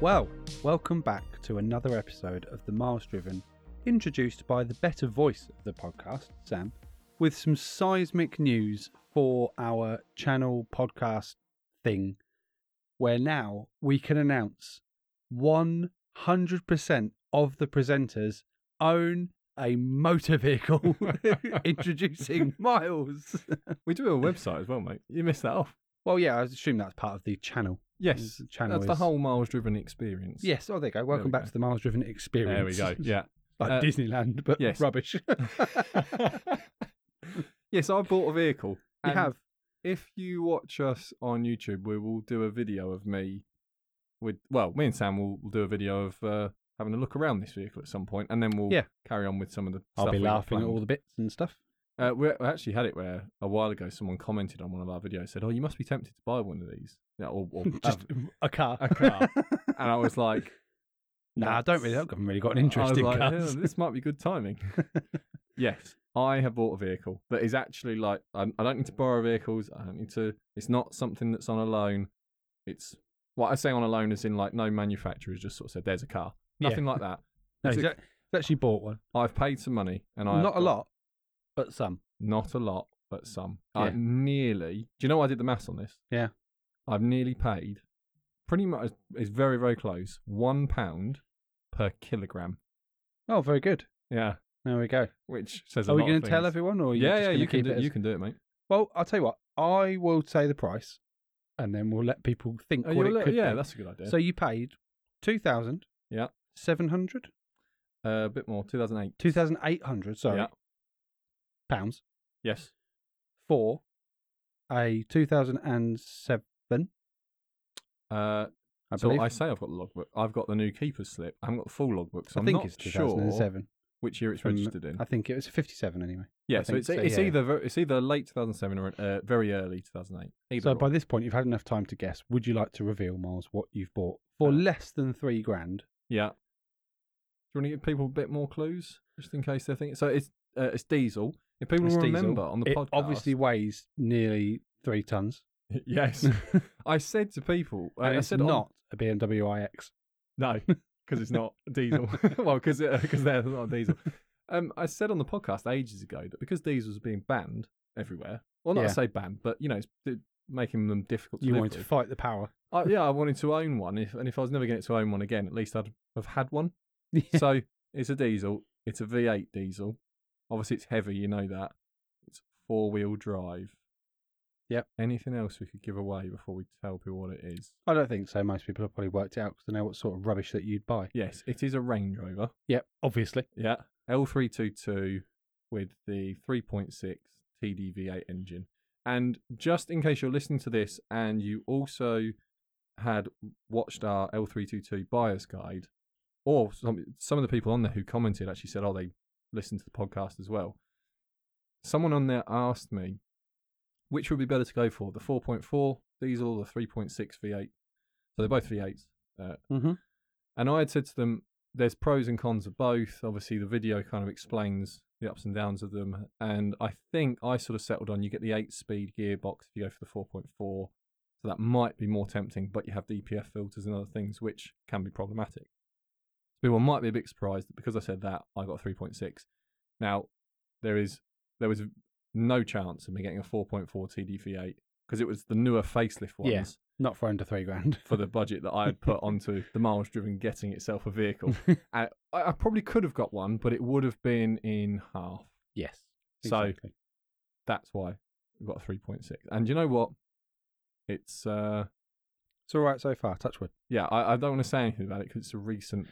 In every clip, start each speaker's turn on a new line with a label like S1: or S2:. S1: Well, welcome back to another episode of the Miles Driven, introduced by the better voice of the podcast, Sam, with some seismic news for our channel podcast thing, where now we can announce 100% of the presenters own a motor vehicle. Introducing Miles.
S2: We do have a website as well, mate. You missed that off.
S1: well, yeah, I assume that's part of the channel.
S2: Yes,
S1: The channel
S2: that's the
S1: is-
S2: whole miles driven experience.
S1: Yes, oh, there you go. Welcome
S2: we
S1: back
S2: go.
S1: to the Miles Driven
S2: there we
S1: Experience.
S2: go. Yeah,
S1: like
S2: Uh,
S1: Disneyland, but
S2: yes.
S1: rubbish.
S2: yes, I bought a vehicle.
S1: You
S2: and
S1: have.
S2: If you watch us on YouTube, we will do a video of me with. Well, me and Sam will, will do a video of uh, having a look around this vehicle at some point, and then we'll
S1: Yeah.
S2: carry on with some of the.
S1: I'll
S2: stuff
S1: be
S2: we got
S1: laughing at
S2: planned.
S1: all the bits and stuff.
S2: Uh, we we actually had it where a while ago someone commented on one of our videos, said, "Oh, you must be tempted to buy one of these." Yeah, or, or
S1: Just
S2: have
S1: Um, a car.
S2: a car. and I was like,
S1: nah, I don't really. I haven't really got an
S2: I
S1: interest
S2: was
S1: in
S2: like,
S1: cars.
S2: "Yeah, this might be good timing. yes, I have bought a vehicle that is actually like I, I don't need to borrow vehicles. I don't need to. It's not something that's on a loan. It's what I say on a loan is in like no manufacturers just sort of said there's a car.
S1: Yeah.
S2: Nothing like that.
S1: No,
S2: Is
S1: he's
S2: it-
S1: act- he's actually bought one.
S2: I've paid some money and I have
S1: Not a
S2: got-
S1: lot, but some.
S2: Not a lot, but some.
S1: Yeah.
S2: I nearly. Do you know I did the maths on this?
S1: Yeah.
S2: I've nearly paid. Pretty much it's very very close. One pound per kilogram.
S1: Oh, very good.
S2: Yeah,
S1: There we go.
S2: which says. a
S1: Are we
S2: lot of
S1: going to tell
S2: things.
S1: everyone, or are
S2: yeah,
S1: you
S2: yeah,
S1: just
S2: you
S1: going to
S2: can
S1: keep
S2: do,
S1: it? as-
S2: you can do it, mate.
S1: Well, I'll tell you what. I will say the price, and then we'll let people think
S2: Oh,
S1: what
S2: you
S1: it
S2: look-
S1: could
S2: yeah,
S1: be.
S2: that's a good idea.
S1: So you paid two thousand.
S2: Yeah.
S1: Seven hundred.
S2: uh, a bit more, 2008.
S1: Two thousand eight hundred. Sorry.
S2: Yeah.
S1: Pounds
S2: Yes.
S1: for a two thousand and seven.
S2: Uh,
S1: I
S2: so
S1: believe.
S2: I say I've got the logbook. I've got the new keeper's slip. I haven't got the full logbook, so
S1: I
S2: am
S1: think
S2: not
S1: it's
S2: sure
S1: 2007.
S2: which year it's
S1: from-
S2: registered in.
S1: I think it was 57 anyway.
S2: yeah,
S1: I
S2: so
S1: think
S2: it's
S1: so,
S2: it's
S1: yeah.
S2: either ver- it's either late 2007 or uh, very early 2008. Either
S1: so
S2: or.
S1: by this point, you've had enough time to guess. Would you like to reveal, Miles, what you've bought for
S2: Uh,
S1: less than three grand?
S2: yeah. Do you want to give people a bit more clues, just in case they're thinking? So it's uh, it's diesel. If people
S1: It's diesel.
S2: remember on the
S1: it
S2: podcast,
S1: obviously weighs nearly three tons.
S2: yes, I said to people, uh,
S1: and
S2: I
S1: it's
S2: said on-
S1: not a BMW iX.
S2: No, because it's not diesel. well, because because they're not diesel. Um, I said on the podcast ages ago that because diesels are being banned everywhere, well, not
S1: Yeah.
S2: to say banned, but you know, it's d- making them difficult to
S1: You
S2: live
S1: wanted to
S2: with.
S1: fight the power.
S2: I, yeah, I wanted to own one, if, and if I was never going to own one again, at least I'd have had one. So it's a diesel. It's a V8 diesel. Obviously, it's heavy. You know that. It's four wheel drive.
S1: Yep.
S2: Anything else we could give away before we tell people what it is?
S1: I don't think so. Most people have probably worked it out because they know what sort of rubbish that you'd buy.
S2: Yes, it is a Range Rover.
S1: Yep, obviously.
S2: Yeah. L322 with the 3.6 TDV8 engine. And just in case you're listening to this and you also had watched our L322 buyer's guide, or some, some of the people on there who commented actually said, oh, they listened to the podcast as well. Someone on there asked me, which would be better to go for, the 4.4 diesel or the 3.6 V8? So they're both V8s.
S1: Mm-hmm.
S2: And I had said to them, there's pros and cons of both. Obviously, the video kind of explains the ups and downs of them. And I think I sort of settled on you get the eight speed gearbox if you go for the 4.4. So that might be more tempting, but you have DPF filters and other things, which can be problematic. So people might be a bit surprised that because I said that, I got 3.6. Now, there is there was no chance of me getting a 4.4 TDV8 because it was the newer facelift ones
S1: Yeah. Not for under three grand.
S2: for the budget that I had put onto the miles driven getting itself a vehicle. I, I probably could have got one, but it would have been in half.
S1: yes.
S2: So-
S1: exactly.
S2: That's why we got a 3.6. And you know what? It's, uh,
S1: it's all right so far. Touch wood.
S2: yeah, I, I don't want to say anything about it because it's a recent.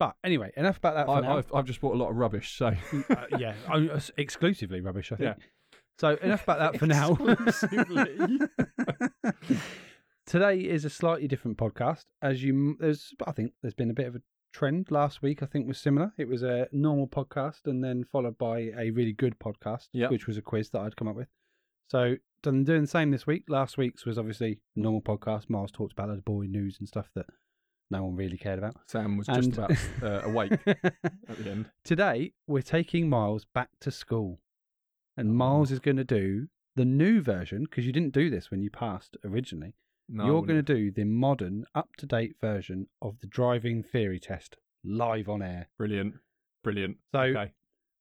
S1: But anyway, enough about that for
S2: I,
S1: now.
S2: I've, I've just bought a lot of rubbish, so.
S1: uh, yeah, I- uh, s- exclusively rubbish, I think. So enough about that for now.
S2: Exclusively.
S1: Today is a slightly different podcast. As you, m- there's, I think there's been a bit of a trend. Last week, I think was similar. It was a normal podcast, and then followed by a really good podcast,
S2: Yep.
S1: which was a quiz that I'd come up with. So done doing the same this week. Last week's was obviously normal podcast. Miles talked about loads of boring news and stuff that no one really cared about.
S2: Sam was
S1: And-
S2: just about uh, awake at the end.
S1: Today, we're taking Miles back to school.
S2: Oh.
S1: And Miles is going to do the new version because you didn't do this when you passed originally.
S2: No, I
S1: You're going
S2: wouldn't.
S1: to do the modern, up to date version of the driving theory test live on air.
S2: brilliant, brilliant.
S1: So
S2: okay,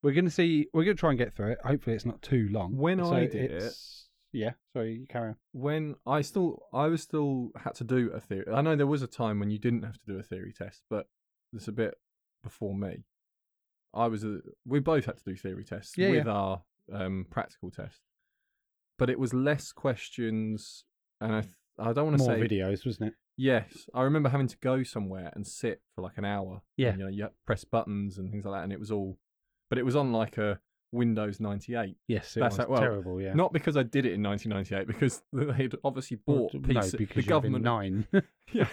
S1: we're going to see, we're going to try and get through it. Hopefully, it's not too long.
S2: When
S1: So
S2: I did
S1: it's- Yeah, sorry, you carry on.
S2: when I still I was still had to do a theory. I know there was a time when you didn't have to do a theory test, but it's a bit before me. I was a, we both had to do theory tests
S1: Yeah,
S2: with our um, practical test, but it was less questions, and I th- I don't want to
S1: More
S2: say
S1: videos, wasn't it?
S2: yes. I remember having to go somewhere and sit for like an hour.
S1: Yeah.
S2: and, you know, you had to press buttons and things like that, and it was all, but it was on like a Windows ninety eight.
S1: Yes, it
S2: That's
S1: was
S2: that- well,
S1: terrible, yeah.
S2: Not because I did it in 1998, because they'd obviously
S1: Well,
S2: bought
S1: d-
S2: pieces.
S1: no, because
S2: the
S1: you'd have been
S2: government,
S1: nine.
S2: yeah,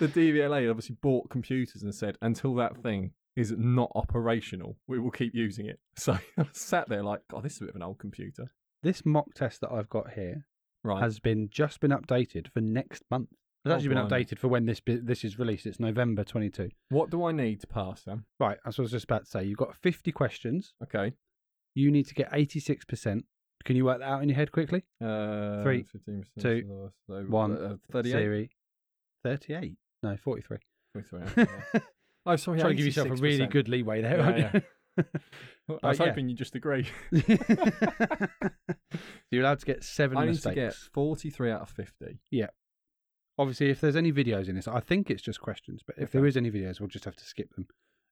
S2: the DVLA had obviously bought computers and said, until that thing is not operational, we will keep using it. So I sat there like, God, this is a bit of an old computer,
S1: this mock test that I've got here
S2: right?
S1: has been just been updated for next month. It's
S2: Oh,
S1: actually been
S2: blimey.
S1: updated for when this bi- this is released. It's November 22.
S2: what do I need to pass them?
S1: Right, that's what I was just about to say. You've got 50 questions.
S2: Okay,
S1: You need to get 86%. Can you work that out in your head quickly?
S2: uh,
S1: Three,
S2: 15%,
S1: two,
S2: so, uh,
S1: one,
S2: uh, 38.
S1: Siri. 38? No, 43.
S2: Wait, sorry, yeah. Oh, sorry,
S1: Trying to give yourself a really
S2: 86%.
S1: good leeway there,
S2: Yeah,
S1: aren't
S2: yeah. I was
S1: Right, yeah.
S2: hoping you just agree.
S1: you? You're allowed to get seven
S2: I need
S1: mistakes.
S2: to get 43 out of 50.
S1: Obviously, if there's any videos in this, I think it's just questions, but if there is any videos, we'll just have to skip them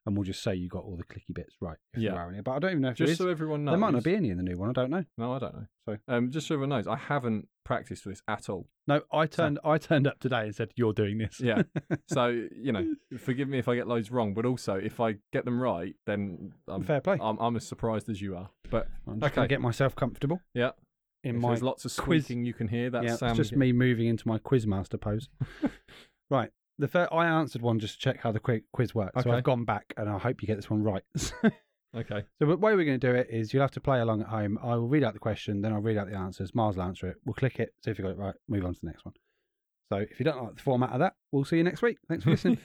S1: and we'll just say you got all the clicky bits right if
S2: Yeah.
S1: there are any. But I don't even know if there
S2: Just
S1: is.
S2: so everyone knows,
S1: there might not be any in the new one. I don't know.
S2: No, I don't know.
S1: Sorry.
S2: um, just so everyone knows, I haven't practiced for this at all.
S1: No, I turned I turned up today and said you're doing this.
S2: Yeah. so you know, forgive me if I get loads wrong, but also if I get them right, then I'm,
S1: Fair play.
S2: I'm, I'm as surprised as you are. But
S1: I'm just gonna
S2: Oh, Okay.
S1: get myself comfortable
S2: yeah,
S1: in
S2: if
S1: my
S2: there's lots of
S1: quiz-
S2: squeaking you can hear. That's
S1: yeah,
S2: Sam.
S1: it's just me moving into my quizmaster pose. right. The first, I answered one just to check how the quiz, quiz works. So
S2: Okay.
S1: I've gone back and I hope you get this one right. so
S2: Okay.
S1: the way we're going to do it is you'll have to play along at home. I will read out the question, then I'll read out the answers. Mars will answer it. We'll click it, see if you got it right, move on to the next one. So if you don't like the format of that, we'll see you next week. Thanks for listening.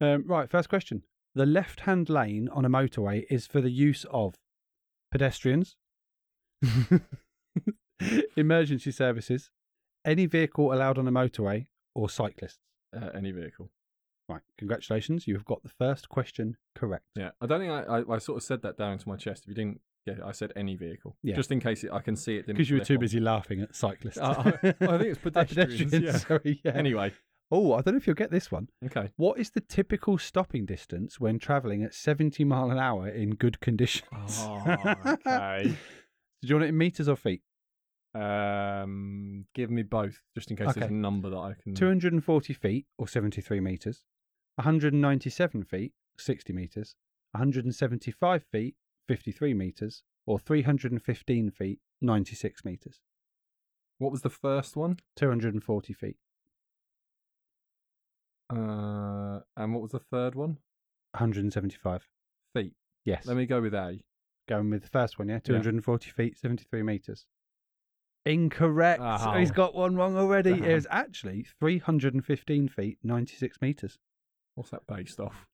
S1: Um, right, first question. The left hand lane on a motorway is for the use of pedestrians, emergency services, any vehicle allowed on a motorway, or cyclists.
S2: Uh, any vehicle.
S1: Right, congratulations. You have got the first question correct.
S2: Yeah. I don't think I, I, I sort of said that down into my chest. If you didn't get it, I said any vehicle.
S1: Yeah.
S2: Just in case it, I can see it. didn't
S1: Because you were
S2: flip
S1: too
S2: on.
S1: busy laughing at cyclists.
S2: Uh, I- I think it's
S1: Uh,
S2: pedestrians, yeah.
S1: sorry, yeah.
S2: Anyway.
S1: Oh, I don't know if you'll get this one.
S2: Okay.
S1: What is the typical stopping distance when travelling at 70 mile an hour in good conditions?
S2: Oh, okay.
S1: Do you want it in metres or feet?
S2: Um, give me both, just in case there's
S1: Okay.
S2: a number that I can.
S1: 240 feet or 73 metres, 197 feet, 60 metres, 175 feet, 53 metres, or 315 feet, 96 metres.
S2: What was the first one?
S1: 240 feet,
S2: Uh, and what was the third one?
S1: 175.
S2: Feet.
S1: Yes.
S2: Let me go with A.
S1: Going with the first one, yeah? 240 feet, 73 metres. Incorrect.
S2: Oh.
S1: He's got one wrong already. It
S2: Damn.
S1: was actually 315 feet, 96 metres.
S2: What's that based off?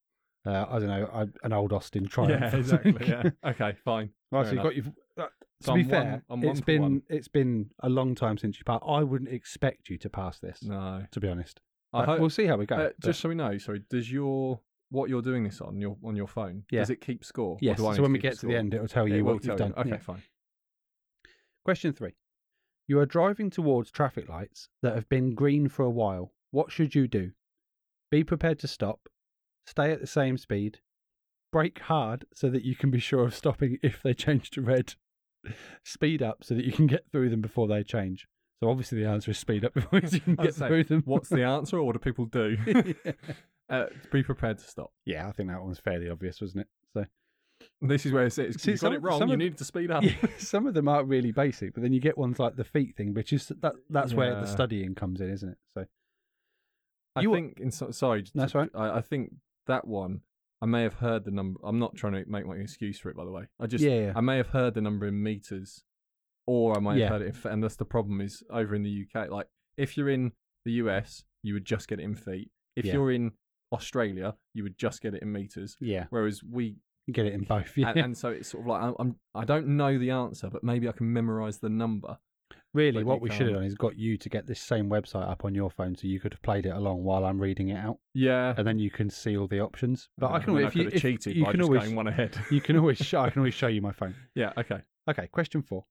S1: Uh, I don't know, I, an old Austin triumph. I
S2: yeah, exactly.
S1: think.
S2: Yeah. Okay, fine.
S1: Right,
S2: Fair
S1: so you've got
S2: enough.
S1: your. Uh, to
S2: So
S1: be
S2: I'm one-
S1: fair,
S2: I'm one
S1: it's
S2: for
S1: been
S2: one.
S1: it's been a long time since you passed. I wouldn't expect you to pass this,
S2: No.
S1: to be honest.
S2: I
S1: But
S2: hope.
S1: we'll see how we go.
S2: uh,
S1: but-
S2: just so we know, sorry. Does your what you're doing this on your on your phone?
S1: Yeah.
S2: Does it keep score? or
S1: yes.
S2: do I need
S1: So when we
S2: keep
S1: get to the
S2: score?
S1: end, it will tell
S2: Yeah,
S1: you
S2: it will
S1: what you've
S2: tell
S1: done.
S2: you. Okay,
S1: yeah.
S2: fine.
S1: Question three: You are driving towards traffic lights that have been green for a while. What should you do? Be prepared to stop. Stay at the same speed. Brake hard so that you can be sure of stopping if they change to red. Speed up so that you can get through them before they change. So obviously the answer is speed up before you can
S2: I was
S1: get
S2: saying,
S1: through them.
S2: What's the answer, or what do people do? uh, be prepared to stop.
S1: Yeah, I think that one's fairly obvious, wasn't it? So
S2: This is where it's, it's
S1: See,
S2: you got
S1: some
S2: it
S1: of-
S2: wrong.
S1: some
S2: You
S1: of-
S2: needed to speed up.
S1: yeah, some of them are really basic, but then you get ones like the feet thing, which is that that's where
S2: Yeah.
S1: the studying comes in, isn't it? So
S2: I
S1: You were-
S2: think in so, sorry, just
S1: That's
S2: to-
S1: right.
S2: I, I think that one I may have heard the number. I'm not trying to make my excuse for it, by the way. I just
S1: Yeah, yeah.
S2: I may have heard the number in meters, or I might
S1: Yeah.
S2: have heard it. In, f- and that's the problem is over in the UK. Like if you're in the US, you would just get it in feet. If
S1: Yeah.
S2: you're in Australia, you would just get it in meters.
S1: yeah,
S2: Whereas we
S1: you get it in both. Yeah,
S2: and, and so it's sort of like I'm, I'm I don't know the answer, but maybe I can memorize the number.
S1: Really,
S2: But
S1: what
S2: you
S1: we should have
S2: can't.
S1: done is got you to get this same website up on your phone so you could have played it along while I'm reading it out,
S2: Yeah.
S1: and then you can see all the options. But I
S2: mean,
S1: can, if you,
S2: could've
S1: if
S2: cheated
S1: you
S2: by
S1: can
S2: just
S1: always,
S2: going one ahead.
S1: you can always, show, I can always show you my phone.
S2: yeah. Okay.
S1: Okay, question four.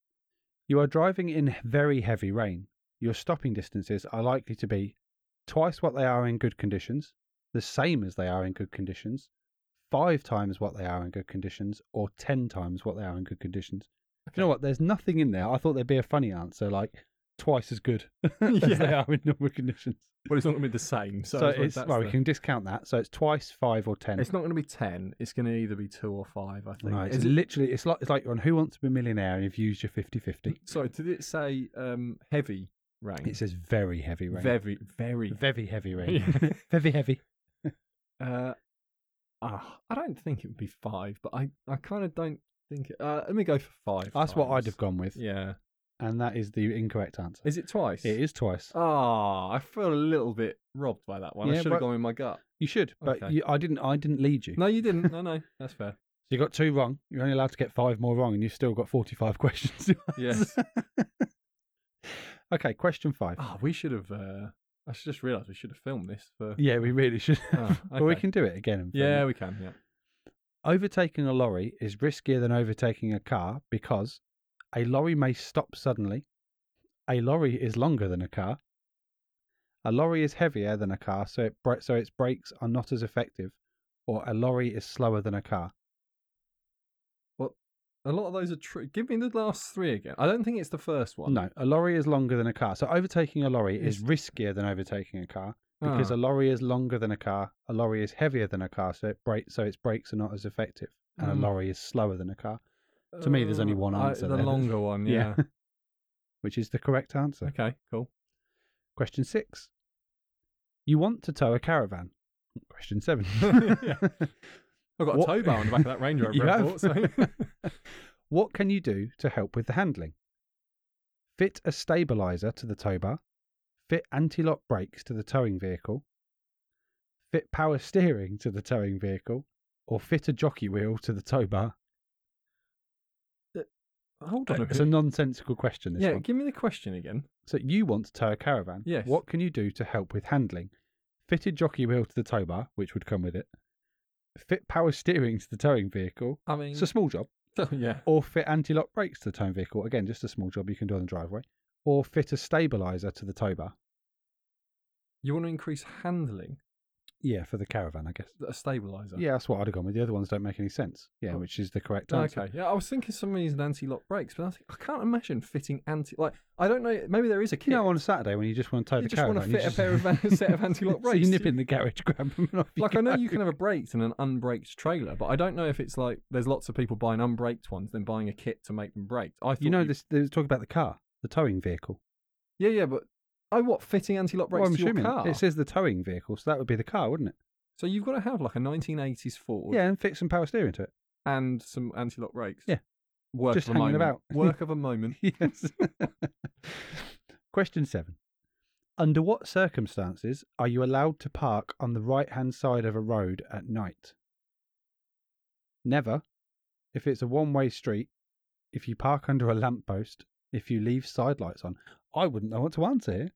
S1: You are driving in very heavy rain. Your stopping distances are likely to be twice what they are in good conditions, the same as they are in good conditions, five times what they are in good conditions, or ten times what they are in good conditions. You know what? There's nothing in there. I thought there'd be a funny answer like twice as good as they
S2: Yeah.
S1: are in normal conditions.
S2: Well, it's not going to be the same.
S1: So,
S2: So, I suppose
S1: it's
S2: that's
S1: well,
S2: the-
S1: we can discount that. So it's twice five or ten.
S2: It's not going to be ten. It's going to either be two or five. I think.
S1: No, it's
S2: Is it-
S1: literally it's like it's like you're on Who Wants to Be a Millionaire and you've used your 50-50.
S2: Sorry, did it say um, heavy rain?
S1: It says very heavy rain.
S2: very, very.
S1: Very heavy rain.
S2: Yeah.
S1: Very heavy.
S2: uh, ah, I don't think it would be five, but I, I kind of don't think. It, uh, let me go for five.
S1: That's what I'd
S2: times.
S1: have gone with.
S2: Yeah.
S1: And that is the incorrect answer.
S2: Is it twice?
S1: It is twice.
S2: Ah, I feel a little bit robbed by that one.
S1: Yeah,
S2: I should
S1: but-
S2: have gone with my gut.
S1: You should, but
S2: Okay.
S1: you, I didn't I didn't lead you.
S2: No, you didn't. No, no, that's fair.
S1: So you got two wrong. You're only allowed to get five more wrong and you've still got 45 questions. to
S2: Yes.
S1: answer. okay, question 5.
S2: Ah, we should have. Uh, I should just realised we should have filmed this for.
S1: Yeah, we really should.
S2: Ah,
S1: But we
S2: okay.
S1: can do it again. and film
S2: Yeah,
S1: it.
S2: we can. Yeah.
S1: Overtaking a lorry is riskier than overtaking a car because a lorry may stop suddenly, a lorry is longer than a car, a lorry is heavier than a car, so, it bre- so its brakes are not as effective, or a lorry is slower than a car.
S2: A lot of those are true. Give me the last three again. I don't think it's the first one.
S1: No, a lorry is longer than a car. So overtaking a lorry is
S2: Is-
S1: riskier than overtaking a car because uh, a
S2: Ah.
S1: lorry is longer than a car, a lorry is heavier than a car, so, it bra- so its brakes are not as effective, and a
S2: Mm.
S1: lorry is slower than a car, to me, there's only one
S2: Ah, I-
S1: answer
S2: the
S1: there.
S2: longer one,
S1: Yeah.
S2: yeah.
S1: which is the correct answer.
S2: okay, cool.
S1: Question six. You want to tow a caravan. Question seven.
S2: Yeah. I've got
S1: What-
S2: a tow bar on the back of that Range Rover.
S1: You
S2: I
S1: have.
S2: bought, so-
S1: what can you do to help with the handling? Fit a stabilizer to the tow bar. Fit anti lock brakes to the towing vehicle. Fit power steering to the towing vehicle. Or fit a jockey wheel to the tow bar.
S2: Hold on a
S1: It's a
S2: minute.
S1: nonsensical question, this
S2: Yeah,
S1: one.
S2: give me the question again.
S1: So you want to tow a caravan.
S2: Yes.
S1: What can you do to help with handling? Fitted jockey wheel to the tow bar, which would come with it. Fit power steering to the towing vehicle.
S2: I mean, oh,
S1: It's a small job.
S2: yeah.
S1: Or fit anti lock brakes to the towing vehicle. Again, just a small job you can do on the driveway. Or fit a stabilizer to the tow bar.
S2: You want to increase handling,
S1: Yeah, for the caravan, I guess.
S2: a stabilizer.
S1: Yeah, that's what I'd have gone with. The other ones don't make any sense. Yeah,
S2: Oh.
S1: which is the correct answer.
S2: Okay. Yeah, I was thinking some reason anti-lock brakes, but I, think, I can't imagine fitting anti. Like, I don't know. Maybe there is a kit.
S1: You know, on a Saturday when you just want to tow
S2: You
S1: the
S2: just
S1: caravan,
S2: wanna fit a pair of van- set of anti-lock
S1: So
S2: brakes.
S1: you nip in the garage, grab them, and off
S2: like
S1: go.
S2: I know you can have a braked and an unbraked trailer, but I don't know if it's like there's lots of people buying unbraked ones, then buying a kit to make them braked. I thought
S1: You know, this. There's talk about the car, the towing vehicle.
S2: Yeah, yeah, but oh, what fitting anti-lock brakes
S1: Well, I'm
S2: to your
S1: assuming
S2: car?
S1: it says the towing vehicle, so that would be the car, wouldn't it?
S2: So you've got to have like a 1980s Ford
S1: Yeah, and fit some power steering to it.
S2: and some anti-lock brakes.
S1: Yeah.
S2: Work
S1: Just
S2: of a
S1: hanging
S2: moment.
S1: about.
S2: Work of a moment.
S1: Yes. Question seven. Under what circumstances are you allowed to park on the right hand side of a road at night? Never. If it's a one way street, if you park under a lamppost, if you leave sidelights on. I wouldn't know what to answer here.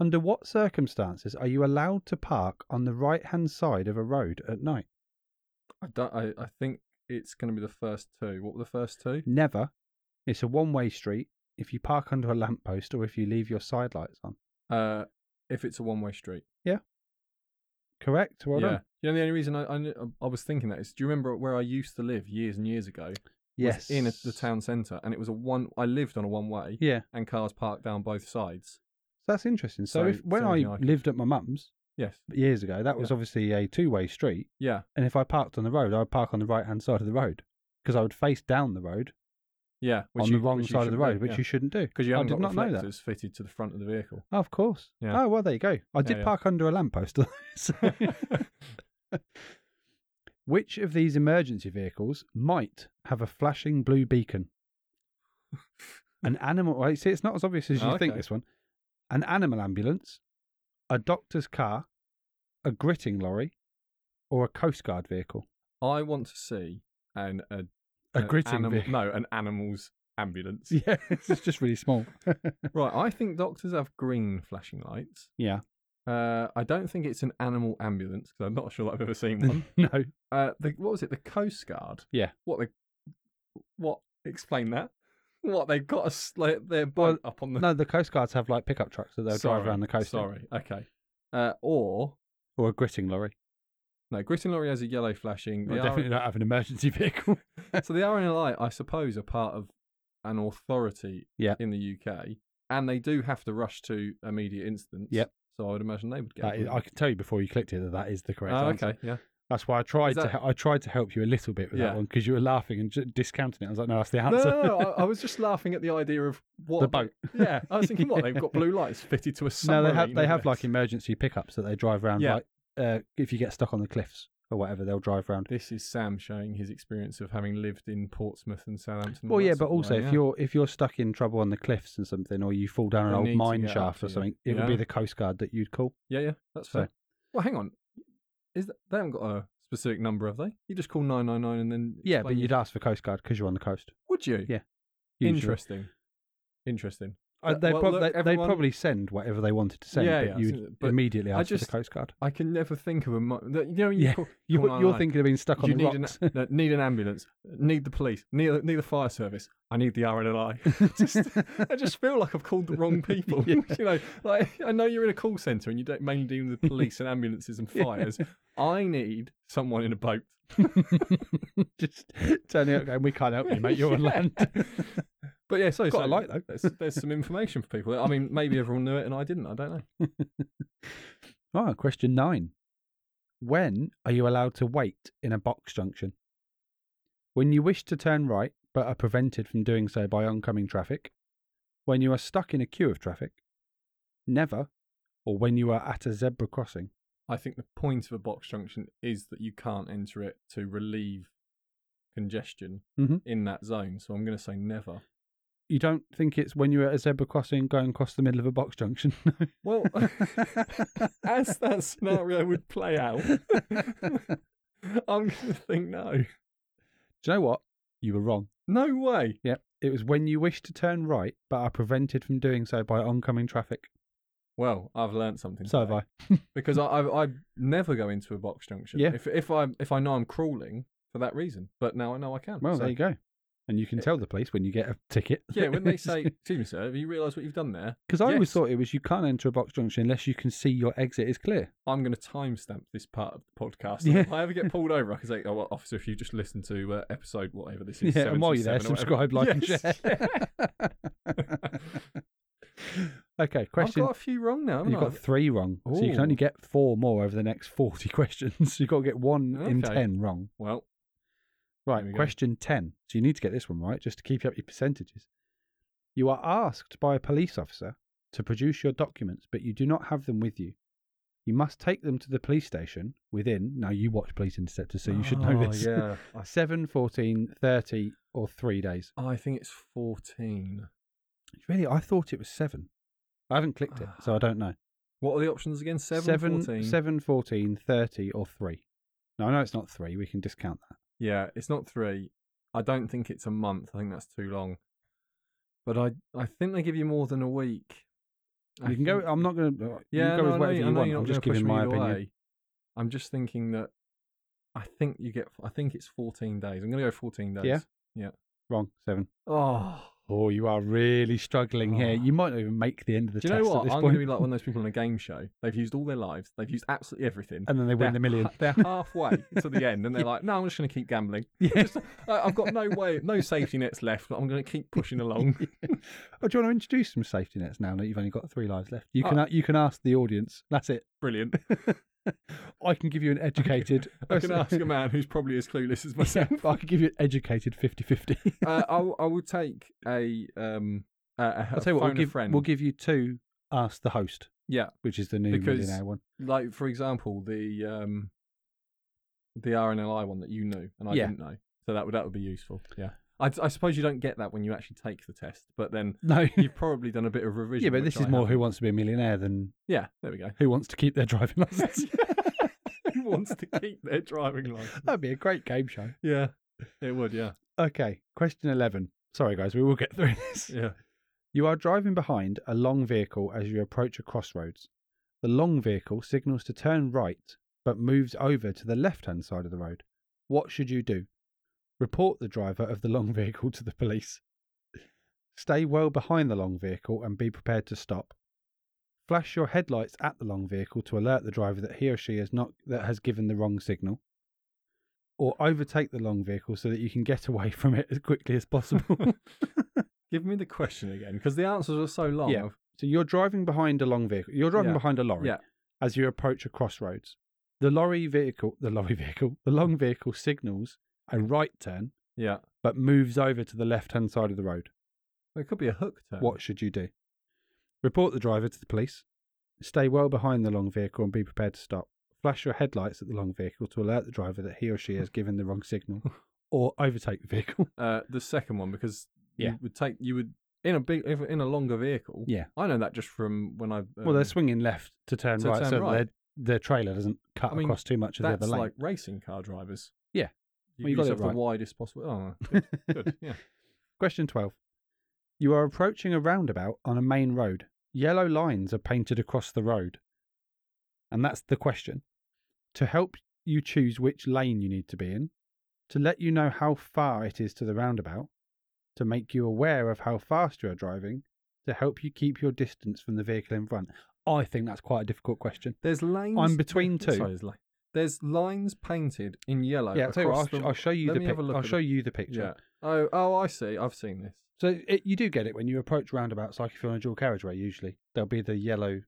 S1: Under what circumstances are you allowed to park on the right hand side of a road at night?
S2: I don't. I, I think it's going to be the first two. What were the first two?
S1: Never. It's a one way street if you park under a lamppost or if you leave your sidelights on.
S2: Uh, if it's a one-way street.
S1: Correct? Well
S2: yeah.
S1: done.
S2: You know, the only reason I, I kn- I was thinking that is, do you remember where I used to live years and years ago?
S1: Yes.
S2: Was in a, the town centre, and it was a one. I lived on a one-way,
S1: Yeah.
S2: and cars parked down both sides.
S1: That's interesting. So,
S2: So
S1: if when I
S2: something I could-
S1: lived at my mum's
S2: Yes.
S1: years ago, that was
S2: Yeah.
S1: obviously a two way street.
S2: Yeah.
S1: And if I parked on the road, I would park on the right hand side of the road because I would face down the road
S2: Yeah. which
S1: on
S2: you-
S1: the wrong
S2: which you
S1: side of the
S2: shouldn't do,
S1: road, which
S2: yeah.
S1: you shouldn't do.
S2: because you
S1: I
S2: haven't
S1: did not
S2: got
S1: know that.
S2: reflectors fitted to the front of the vehicle.
S1: Oh, of course.
S2: Yeah.
S1: Oh, well, there you go. I did
S2: yeah.
S1: park under a lamppost. So- Which of these emergency vehicles might have a flashing blue beacon? An animal. Well, see, it's not as obvious as you
S2: Oh,
S1: think.
S2: okay.
S1: This one, an animal ambulance, a doctor's car, a gritting lorry, or a coast guard vehicle.
S2: I want to see an a,
S1: A
S2: an
S1: gritting
S2: animal,
S1: vehicle.
S2: no, an animal's ambulance.
S1: Yeah, it's just really small.
S2: right, I think doctors have green flashing lights.
S1: Yeah.
S2: Uh, I don't think it's an animal ambulance because I'm not sure I've ever seen one.
S1: no.
S2: uh, the, what was it? The Coast Guard.
S1: Yeah.
S2: What the? What? Explain that. What they've got a sl- their boat up on the
S1: No, the Coast Guards have like pickup trucks that they'll
S2: Sorry,
S1: drive around the coast. in.
S2: Sorry. Okay. Uh, or
S1: Or a gritting lorry.
S2: no, Gritting Lorry has a yellow flashing.
S1: They
S2: The
S1: definitely don't have an emergency vehicle.
S2: R- so the RNLI, I suppose, are part of an authority
S1: Yeah.
S2: in the UK, and they do have to rush to immediate instance.
S1: Yep.
S2: So I would imagine they would get.
S1: That is,
S2: one.
S1: I can tell you before you clicked it that that is the correct
S2: Oh,
S1: answer.
S2: okay. Yeah.
S1: That's why I tried to
S2: that-
S1: he- I tried to help you a little bit with
S2: Yeah.
S1: that one because you were laughing and j- discounting it. I was like, no, that's the
S2: No,
S1: answer.
S2: no, no, I, I was just laughing at the idea of what
S1: the boat.
S2: Yeah, I was thinking, what they've got blue lights fitted to a
S1: No,
S2: submarine.
S1: they have they
S2: I
S1: have
S2: guess.
S1: like emergency pickups that they drive around.
S2: Yeah.
S1: Like uh, if you get stuck on the cliffs or whatever, they'll drive around.
S2: This is Sam showing his experience of having lived in Portsmouth and Southampton. and
S1: Well,
S2: that
S1: yeah, but
S2: sort of
S1: also
S2: way,
S1: if
S2: yeah.
S1: you're if you're stuck in trouble on the cliffs and something, or you fall down an
S2: They need
S1: old
S2: to
S1: mine
S2: get up
S1: shaft
S2: to
S1: or
S2: you.
S1: something, it would be
S2: Yeah.
S1: the Coast Guard that you'd call.
S2: yeah, yeah, that's
S1: So-
S2: fair. Well, hang on, is that, they haven't got a specific number, have they? You just call nine nine nine and then
S1: Yeah, but
S2: explain
S1: you'd
S2: your-
S1: ask for Coast Guard because you're on the coast.
S2: would you?
S1: Yeah, usually.
S2: interesting, interesting.
S1: Uh, they
S2: Well,
S1: prob-
S2: look,
S1: they,
S2: everyone-
S1: would probably send whatever they wanted to send,
S2: Yeah,
S1: but
S2: yeah, so-
S1: you'd
S2: but
S1: immediately
S2: I
S1: ask
S2: just-
S1: for the Coast Guard.
S2: I can never think of a mo- that- you know when you
S1: Yeah,
S2: call,
S1: You,
S2: call
S1: you're
S2: 999,
S1: thinking of being stuck on
S2: you
S1: the
S2: need an,
S1: rocks.
S2: no, need an ambulance, need the police, need, need the fire service. I need the RNLI. just- I just feel like I've called the wrong people.
S1: Yeah.
S2: you know, like I know you're in a call centre and you don't mainly deal with police and ambulances and fires. I need someone in a boat.
S1: just turning up going, we can't help you, mate. You're on
S2: Yeah.
S1: land.
S2: But yeah, so,
S1: Quite
S2: so
S1: like though.
S2: There's, there's some information for people. I mean, maybe everyone knew it and I didn't. I don't know.
S1: Ah, question nine. When are you allowed to wait in a box junction? When you wish to turn right but are prevented from doing so by oncoming traffic, when you are stuck in a queue of traffic, never, or when you are at a zebra crossing.
S2: I think the point of a box junction is that you can't enter it to relieve congestion
S1: Mhm.
S2: in that zone. So I'm going to say never.
S1: You don't think it's when you're at a zebra crossing going across the middle of a box junction?
S2: Well, as that scenario would play out, I'm going to think no.
S1: Do you know what? You were wrong.
S2: No way.
S1: Yep. It was when you wish to turn right but are prevented from doing so by oncoming traffic.
S2: Well, I've learnt something.
S1: So have
S2: today.
S1: I.
S2: because I, I I never go into a box junction.
S1: Yeah.
S2: If if I if I know I'm crawling for that reason, but now I know I can.
S1: Well,
S2: So-
S1: there you go. And you can tell the police when you get a ticket.
S2: yeah, when they say, "Excuse me, sir, have you realised what you've done there?"
S1: Because I always
S2: "Yes."
S1: thought it was you can't enter a box junction unless you can see your exit is clear.
S2: I'm going to timestamp this part of the podcast.
S1: Yeah.
S2: If I ever get pulled over, I can say, "Oh, well, officer, if you just listen to uh, episode whatever this is."
S1: yeah, and while you're there,
S2: 77 or
S1: subscribe, like,
S2: whatever."
S1: and
S2: Yes, yeah.
S1: share. okay, question.
S2: I've got a few wrong now. haven't
S1: You've got
S2: I?
S1: three wrong. So you can
S2: Ooh.
S1: only get four more over the next 40 questions. You've got to get one in
S2: Okay.
S1: 10 wrong.
S2: well, There we
S1: Right,
S2: go.
S1: question 10. So you need to get this one right just to keep up your percentages. You are asked by a police officer to produce your documents, but you do not have them with you. You must take them to the police station within. Now, you watch Police Interceptor, so you should know
S2: Oh,
S1: this.
S2: Yeah, I,
S1: 7, 14, 30, or 3 days.
S2: I think it's fourteen.
S1: Really, I thought it was 7. I haven't clicked it, so I don't know.
S2: What are the options again? Seven,
S1: Seven-
S2: 14?
S1: seven, 14, 30, or 3. No, I know it's not 3. We can discount that.
S2: Yeah, it's not three. I don't think it's a month. I think that's too long. But I, I think they give you more than a week.
S1: You can go. I'm not going to. you go
S2: Yeah, no, I
S1: with
S2: know,
S1: whatever
S2: you-
S1: you
S2: I know
S1: want.
S2: you're
S1: I'm
S2: not
S1: just
S2: gonna push
S1: giving
S2: me
S1: my
S2: either
S1: opinion.
S2: way. I'm just thinking that. I think you get. I think it's 14 days. I'm going to go 14 days.
S1: Yeah? Wrong. Seven.
S2: Oh.
S1: Oh, you are really struggling here.
S2: Oh.
S1: You might not even make the end of the
S2: Do you
S1: test
S2: know
S1: at
S2: what?
S1: this
S2: I'm
S1: point.
S2: going to be like one of those people on a game show. They've used all their lives. They've used absolutely everything.
S1: and then they win the million.
S2: They're halfway to the end, and they're like, "No, I'm just going to keep gambling.
S1: Yeah.
S2: Just- I- I've got no way, no safety nets left. But I'm going to keep pushing along."
S1: Oh, do you want to introduce some safety nets now that you've only got three lives left? You
S2: Oh.
S1: can a you can ask the audience. That's it.
S2: Brilliant.
S1: I can give you an educated.
S2: I can ask a man who's probably as clueless as myself.
S1: I can give you an educated 50-50.
S2: uh, I, will- I will take a um. Uh,
S1: I'll tell you what. We'll give,
S2: friend.
S1: we'll give you two. Ask the host,
S2: yeah,
S1: which is the new
S2: Because-
S1: millionaire one.
S2: like for example, the um, the RNLI one that you knew and I
S1: Yeah.
S2: didn't know. So that would that would be useful. Yeah. I, I suppose you don't get that when you actually take the test, but then
S1: No.
S2: you've probably done a bit of revision.
S1: yeah, but
S2: which
S1: this is
S2: I
S1: more
S2: haven't.
S1: who wants to be a millionaire than
S2: Yeah, there we go.
S1: who wants to keep their driving license.
S2: who wants to keep their driving license?
S1: That'd be a great game show.
S2: Yeah, it would. Yeah.
S1: Okay, question 11. Sorry, guys, we will get through this.
S2: Yeah.
S1: You are driving behind a long vehicle as you approach a crossroads. The long vehicle signals to turn right but moves over to the left hand side of the road. What should you do? Report the driver of the long vehicle to the police. Stay well behind the long vehicle and be prepared to stop. Flash your headlights at the long vehicle to alert the driver that he or she has not that has given the wrong signal. Or overtake the long vehicle so that you can get away from it as quickly as possible.
S2: Give me the question again, because the answers are so long.
S1: Yeah. So you're driving behind a long vehicle. You're driving
S2: Yeah.
S1: behind a lorry
S2: Yeah.
S1: as you approach a crossroads. The lorry vehicle, the lorry vehicle, the long vehicle signals a right turn,
S2: Yeah.
S1: but moves over to the left-hand side of the road.
S2: It could be a hook turn.
S1: What should you do? Report the driver to the police. Stay well behind the long vehicle and be prepared to stop. Flash your headlights at the long vehicle to alert the driver that he or she has given the wrong signal, or overtake the vehicle.
S2: Uh, the second one, because
S1: Yeah.
S2: you would take you would in a big if- in a longer vehicle.
S1: Yeah.
S2: I know that just from when I. Um,
S1: well, they're swinging left to turn
S2: to
S1: right,
S2: turn
S1: so
S2: right.
S1: their their trailer doesn't cut
S2: I mean,
S1: across too much of the
S2: that's
S1: other lane.
S2: like racing car drivers.
S1: Yeah.
S2: You,
S1: Well, you
S2: you
S1: got it
S2: have
S1: right.
S2: the widest possible. Oh, good. good. Yeah.
S1: Question 12. You are approaching a roundabout on a main road. Yellow lines are painted across the road. And that's the question. To help you choose which lane you need to be in, to let you know how far it is to the roundabout, to make you aware of how fast you are driving, to help you keep your distance from the vehicle in front. I think that's quite a difficult question.
S2: There's lanes.
S1: I'm between two.
S2: Sorry, there's, li- there's lines painted in yellow.
S1: yeah, I'll, tell you
S2: across
S1: what, I'll,
S2: the-
S1: I'll show you
S2: Let
S1: the
S2: me have a
S1: picture.
S2: look
S1: I'll
S2: at
S1: show
S2: it.
S1: you the picture.
S2: Yeah. Oh, oh, I see. I've seen this.
S1: So it, you do get it when you approach roundabouts, like if you're on a dual carriageway. Usually there'll be the yellow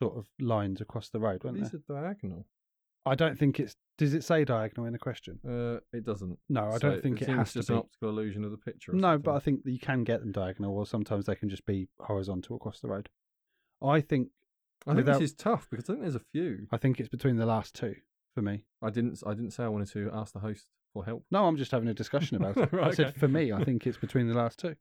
S1: sort of lines across the road, won't
S2: These
S1: there?
S2: are diagonal.
S1: I don't think it's. Does it say diagonal in the question?
S2: Uh, it doesn't.
S1: No, Oh, I
S2: So
S1: don't think it
S2: seems
S1: has to
S2: just
S1: be.
S2: an optical illusion of the picture. or
S1: No, but I
S2: something.
S1: think that you can get them diagonal, or sometimes they can just be horizontal across the road. I think
S2: I think
S1: without-
S2: this is tough because I think there's a few.
S1: I think it's between the last two for me.
S2: I didn't. I didn't say I wanted to ask the host for help.
S1: No, I'm just having a discussion about it.
S2: Right,
S1: I said
S2: okay.
S1: for me, I think it's between the last two.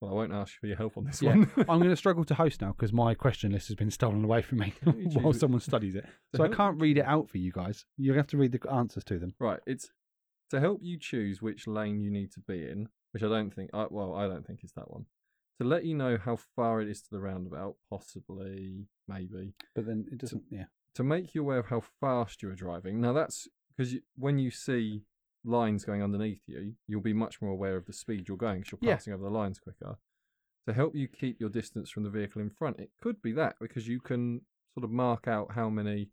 S2: Well, I won't ask you for your help on this
S1: Yeah,
S2: one.
S1: I'm going to struggle to host now because my question list has been stolen away from me
S2: You choose
S1: while
S2: which-
S1: someone studies it.
S2: to
S1: So I
S2: help
S1: can't read it out for you guys. You have to read the answers to them.
S2: Right. It's to help you choose which lane you need to be in, which I don't think. I, well, I don't think is that one. To let you know how far it is to the roundabout, possibly, maybe.
S1: But then it doesn't. Yeah.
S2: to make you aware of how fast you are driving. Now that's because you, when you see lines going underneath you, you'll be much more aware of the speed you're going 'cause you're
S1: Yeah.
S2: passing over the lines quicker. To help you keep your distance from the vehicle in front, it could be that because you can sort of mark out how many.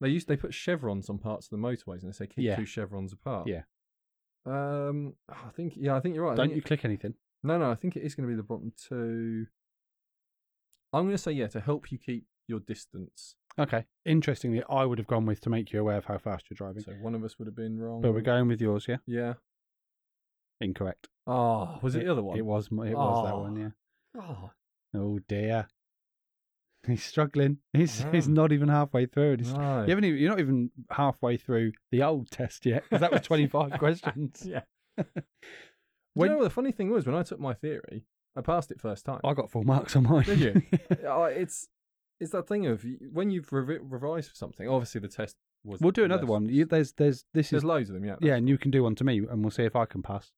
S2: They used they put chevrons on parts of the motorways and they say keep
S1: Yeah.
S2: two chevrons apart.
S1: Yeah.
S2: Um, I think yeah, I think you're right. I
S1: Don't
S2: think
S1: you click anything?
S2: no, no, I think it is going to be the bottom two. I'm going to say yeah to help you keep your distance.
S1: Okay. Interestingly, I would have gone with to make you aware of how fast you're driving.
S2: So one of us would have been wrong.
S1: but we're going with yours, yeah?
S2: Yeah.
S1: Incorrect.
S2: Oh, was it, the other one?
S1: It was. m- It was that
S2: Oh.
S1: one, yeah.
S2: Oh,
S1: Oh dear. He's struggling. He's
S2: I
S1: he's
S2: am.
S1: not even halfway through it. He's-
S2: no.
S1: You haven't even, you're not even halfway through the old test yet because that was 25 questions.
S2: Yeah. Do
S1: When-
S2: you know what the funny thing was? When I took my theory, I passed it first time.
S1: I got full marks on mine.
S2: Did you? Uh, it's it's that thing of y- when you've revi- revised for something. Obviously, the test was.
S1: we'll do another
S2: less-
S1: one. You, there's there's this is
S2: There's loads of them. Yeah.
S1: Yeah, and you can do one to me, and we'll see if I can pass.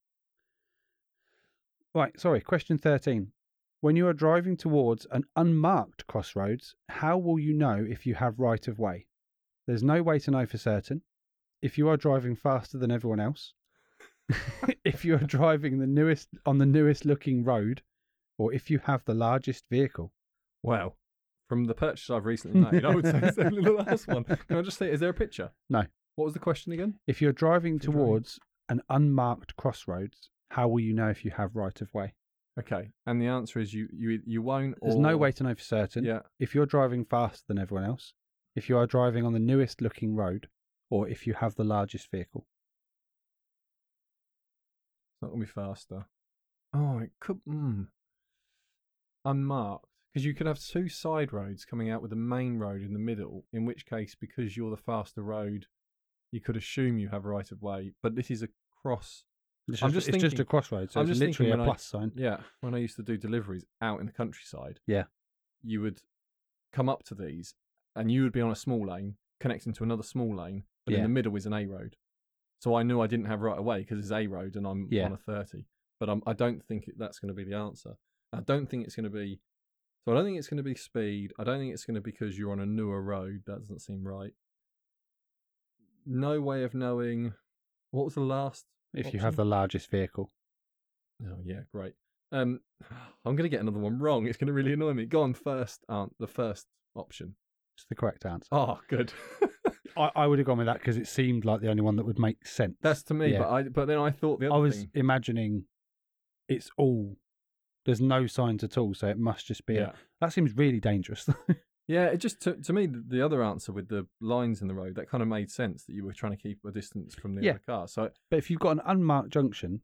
S1: Right, sorry. Question 13. When you are driving towards an unmarked crossroads, how will you know if you have right of way? There's no way to know for certain. If you are driving faster than everyone else, if you are driving the newest on the newest looking road, or if you have the largest vehicle.
S2: Well, from the purchase I've recently made, I would say it's definitely the last one. Can I just say, is there a picture?
S1: No.
S2: What was the question again?
S1: If you're driving
S2: you're driving-
S1: towards an unmarked crossroads, how will you know if you have right of way?
S2: Okay, and the answer is you you you won't.
S1: There's
S2: or,
S1: no way to know for certain.
S2: Yeah.
S1: if you're driving faster than everyone else, if you are driving on the newest looking road, or if you have the largest vehicle.
S2: It's not gonna be faster. Oh, it could. Mm. Unmarked, because you could have two side roads coming out with the main road in the middle. In which case, because you're the faster road, you could assume you have right of way. But this is a cross.
S1: It's just,
S2: I'm just
S1: it's just a
S2: thinking-
S1: crossroad, so
S2: I'm
S1: it's
S2: just
S1: literally a
S2: thinking when I-
S1: plus sign.
S2: Yeah, when I used to do deliveries out in the countryside,
S1: Yeah.
S2: you would come up to these, and you would be on a small lane connecting to another small lane, but
S1: Yeah.
S2: in the middle is an A road. So I knew I didn't have right of way because it's A road and I'm
S1: Yeah.
S2: on a thirty. but I'm, I don't think it, that's going to be the answer. I don't think it's going to be. So I don't think it's going to be speed. I don't think it's going to be because you're on a newer road. That doesn't seem right. No way of knowing. What was the last?
S1: If you have the largest vehicle,
S2: Oh yeah, great. Um, I'm going to get another one wrong. It's going to really annoy me. Go on first. Aunt, the first option.
S1: it's the correct answer.
S2: Oh, good.
S1: I, I would have gone with that because it seemed like the only one that would make sense.
S2: That's to me.
S1: Yeah.
S2: But I. But then I thought the other
S1: I was
S2: thing.
S1: imagining it's all. There's no signs at all, so it must just be.
S2: Yeah.
S1: A, that seems really dangerous.
S2: Yeah, it just to, to me the- the other answer with the lines in the road that kind of made sense that you were trying to keep a distance from the
S1: Yeah.
S2: other car. So
S1: but if you've got an unmarked junction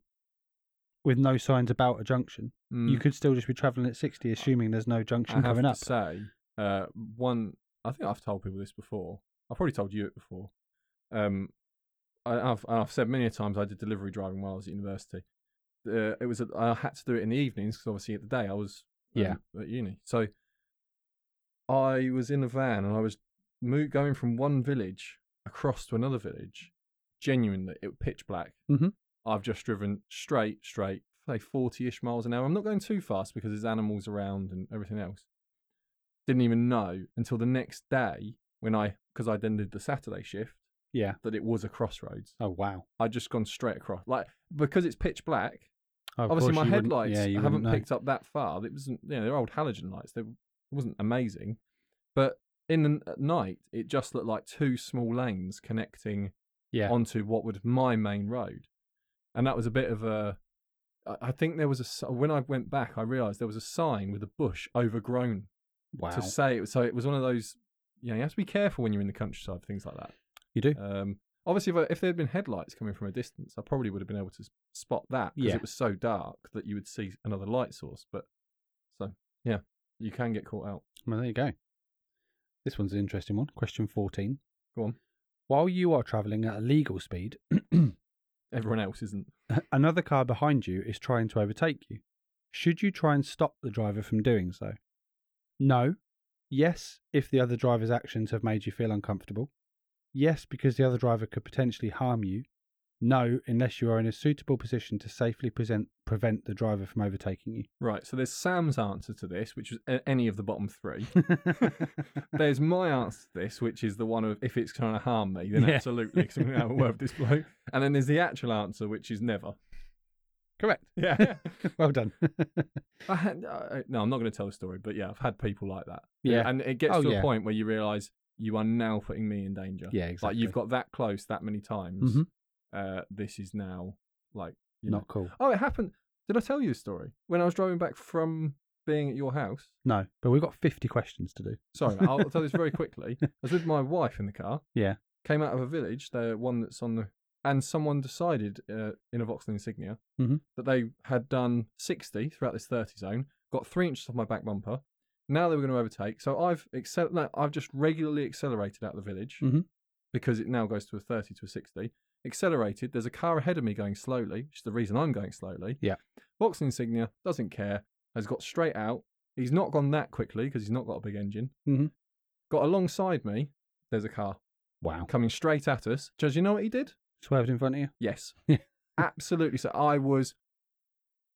S1: with no signs about a junction,
S2: mm,
S1: you could still just be travelling at 60, assuming there's no
S2: I
S1: junction
S2: have
S1: coming
S2: to
S1: up.
S2: say uh, one. I think I've told people this before. I've probably told you it before. Um, I, I've I've said many a times I did delivery driving while I was at university. Uh, it was I had to do it in the evenings because obviously at the day I was um,
S1: Yeah.
S2: at uni. So I was in a van and I was mo- going from one village across to another village. Genuinely, it was pitch black.
S1: Mhm.
S2: I've just driven straight, straight, say forty-ish miles an hour. I'm not going too fast because there's animals around and everything else. Didn't even know until the next day when I, because I then did the Saturday shift,
S1: Yeah.
S2: that it was a crossroads.
S1: Oh, wow.
S2: I'd just gone straight across, like because it's pitch black.
S1: Oh, of
S2: Obviously,
S1: course
S2: my
S1: you wouldn't-
S2: headlights
S1: yeah, you
S2: I
S1: wouldn't
S2: haven't
S1: know.
S2: picked up that far. It wasn't, you know, they're old halogen lights. They, it wasn't amazing, but in the n- at night, it just looked like two small lanes connecting
S1: Yeah.
S2: onto what was my main road, and that was a bit of a. I- I think there was a s- when I went back, I realised there was a sign with a bush overgrown
S1: wow.
S2: to say it. So it was one of those. You know, you have to be careful when you're in the countryside, things like that.
S1: you do?
S2: Um, obviously, if, I- if there had been headlights coming from a distance, I probably would have been able to s- spot that because
S1: Yeah.
S2: it was so dark that you would see another light source. But so yeah, you can get caught out.
S1: Well, there you go. This one's an interesting one. Question 14.
S2: Go on.
S1: While you are travelling at a legal speed,
S2: Everyone else isn't.
S1: another car behind you is trying to overtake you. Should you try and stop the driver from doing so? No. Yes, if the other driver's actions have made you feel uncomfortable. Yes, because the other driver could potentially harm you. No, unless you are in a suitable position to safely present, prevent the driver from overtaking you.
S2: Right. So there's Sam's answer to this, which was a- any of the bottom three. there's my answer to this, which is the one of if it's trying to harm me, then
S1: Yeah.
S2: absolutely, because I'm going to word this bloke. And then there's the actual answer, which is never.
S1: Correct.
S2: Yeah.
S1: Well done.
S2: I had, I, no, I'm not going to tell the story, but yeah, I've had people like that.
S1: Yeah.
S2: And it gets
S1: Oh,
S2: to
S1: yeah.
S2: a point where you realise you are now putting me in danger.
S1: yeah,
S2: Like
S1: exactly.
S2: you've got that close that many times.
S1: Mhm.
S2: Uh, this is now like you know.
S1: Not cool.
S2: Oh, it happened. Did I tell you the story when I was driving back from being at your house?
S1: No, but we've got 50 questions to do.
S2: Sorry, I'll tell this very quickly. I was with my wife in the car.
S1: Yeah.
S2: Came out of a village, the one that's on the, and someone decided uh, in a Vauxhall Insignia
S1: Mhm.
S2: that they had done 60 throughout this 30 zone, got three inches off my back bumper. Now they were going to overtake. So I've accel- no, I've just regularly accelerated out of the village
S1: Mhm.
S2: because it now goes to a 30 to a 60. Accelerated. There's a car ahead of me going slowly, which is the reason I'm going slowly.
S1: Yeah.
S2: Vauxhall Insignia doesn't care, has got straight out. He's not gone that quickly because he's not got a big engine got alongside me. There's a car
S1: Wow.
S2: coming straight at us. Judge, you know what he did?
S1: Swerved in front of you?
S2: Yes.
S1: Yeah.
S2: Absolutely. So I was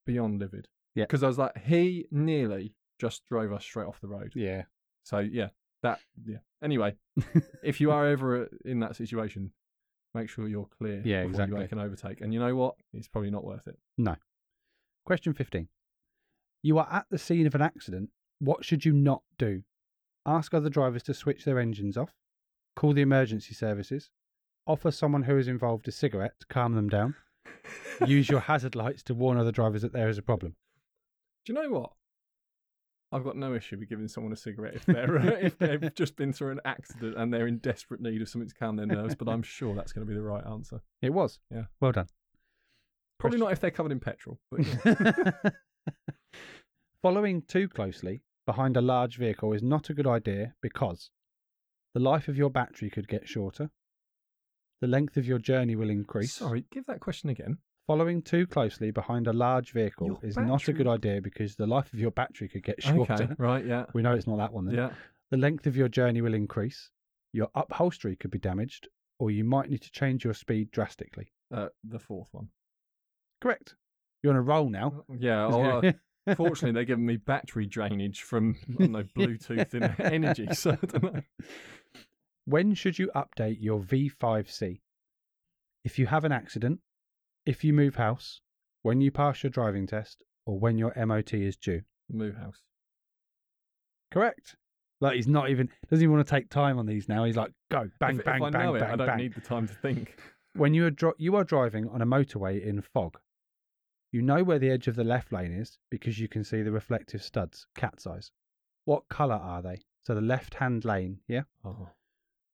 S2: beyond livid.
S1: Yeah.
S2: Because I was like, he nearly just drove us straight off the road.
S1: Yeah.
S2: So yeah, that, yeah. Anyway, if you are ever uh, in that situation, make sure you're clear
S1: Yeah,
S2: before
S1: exactly.
S2: you make an overtake. And you know what? It's probably not worth it.
S1: Question 15. You are at the scene of an accident. What should you not do? Ask other drivers to switch their engines off, call the emergency services, offer someone who is involved a cigarette to calm them down, use your hazard lights to warn other drivers that there is a problem.
S2: Do you know what? I've got no issue with giving someone a cigarette if they're uh, if they've just been through an accident and they're in desperate need of something to calm their nerves. But I'm sure that's going to be the right answer.
S1: It was.
S2: Yeah.
S1: Well done.
S2: Probably
S1: Question-
S2: not if they're covered in petrol. But yeah.
S1: Following too closely behind a large vehicle is not a good idea because the life of your battery could get shorter, the length of your journey will increase.
S2: Sorry, give that question again.
S1: Following too closely behind a large vehicle
S2: Your
S1: is not a
S2: battery-
S1: good idea because the life of your battery could get shorter.
S2: Okay, right? Yeah,
S1: We know it's not that one then.
S2: yeah.
S1: The length of your journey will increase, your upholstery could be damaged, or you might need to change your speed drastically.
S2: Uh, the fourth one.
S1: Correct. You're on a roll now.
S2: Yeah. I'll, uh, fortunately, they're giving me battery drainage from I don't know, Bluetooth and energy. So I don't know.
S1: when should you update your V5C? If you have an accident, if you move house, when you pass your driving test, or when your MOT is due.
S2: Move house.
S1: Correct. Like he's not even doesn't even want to take time on these now. He's like, go bang,
S2: if,
S1: bang,
S2: if I
S1: bang,
S2: know it, I
S1: bang,
S2: don't
S1: bang.
S2: need the time to think.
S1: When you are dri- you are driving on a motorway in fog, you know where the edge of the left lane is because you can see the reflective studs, cat's eyes. What color are they? So the left-hand lane, yeah.
S2: Oh,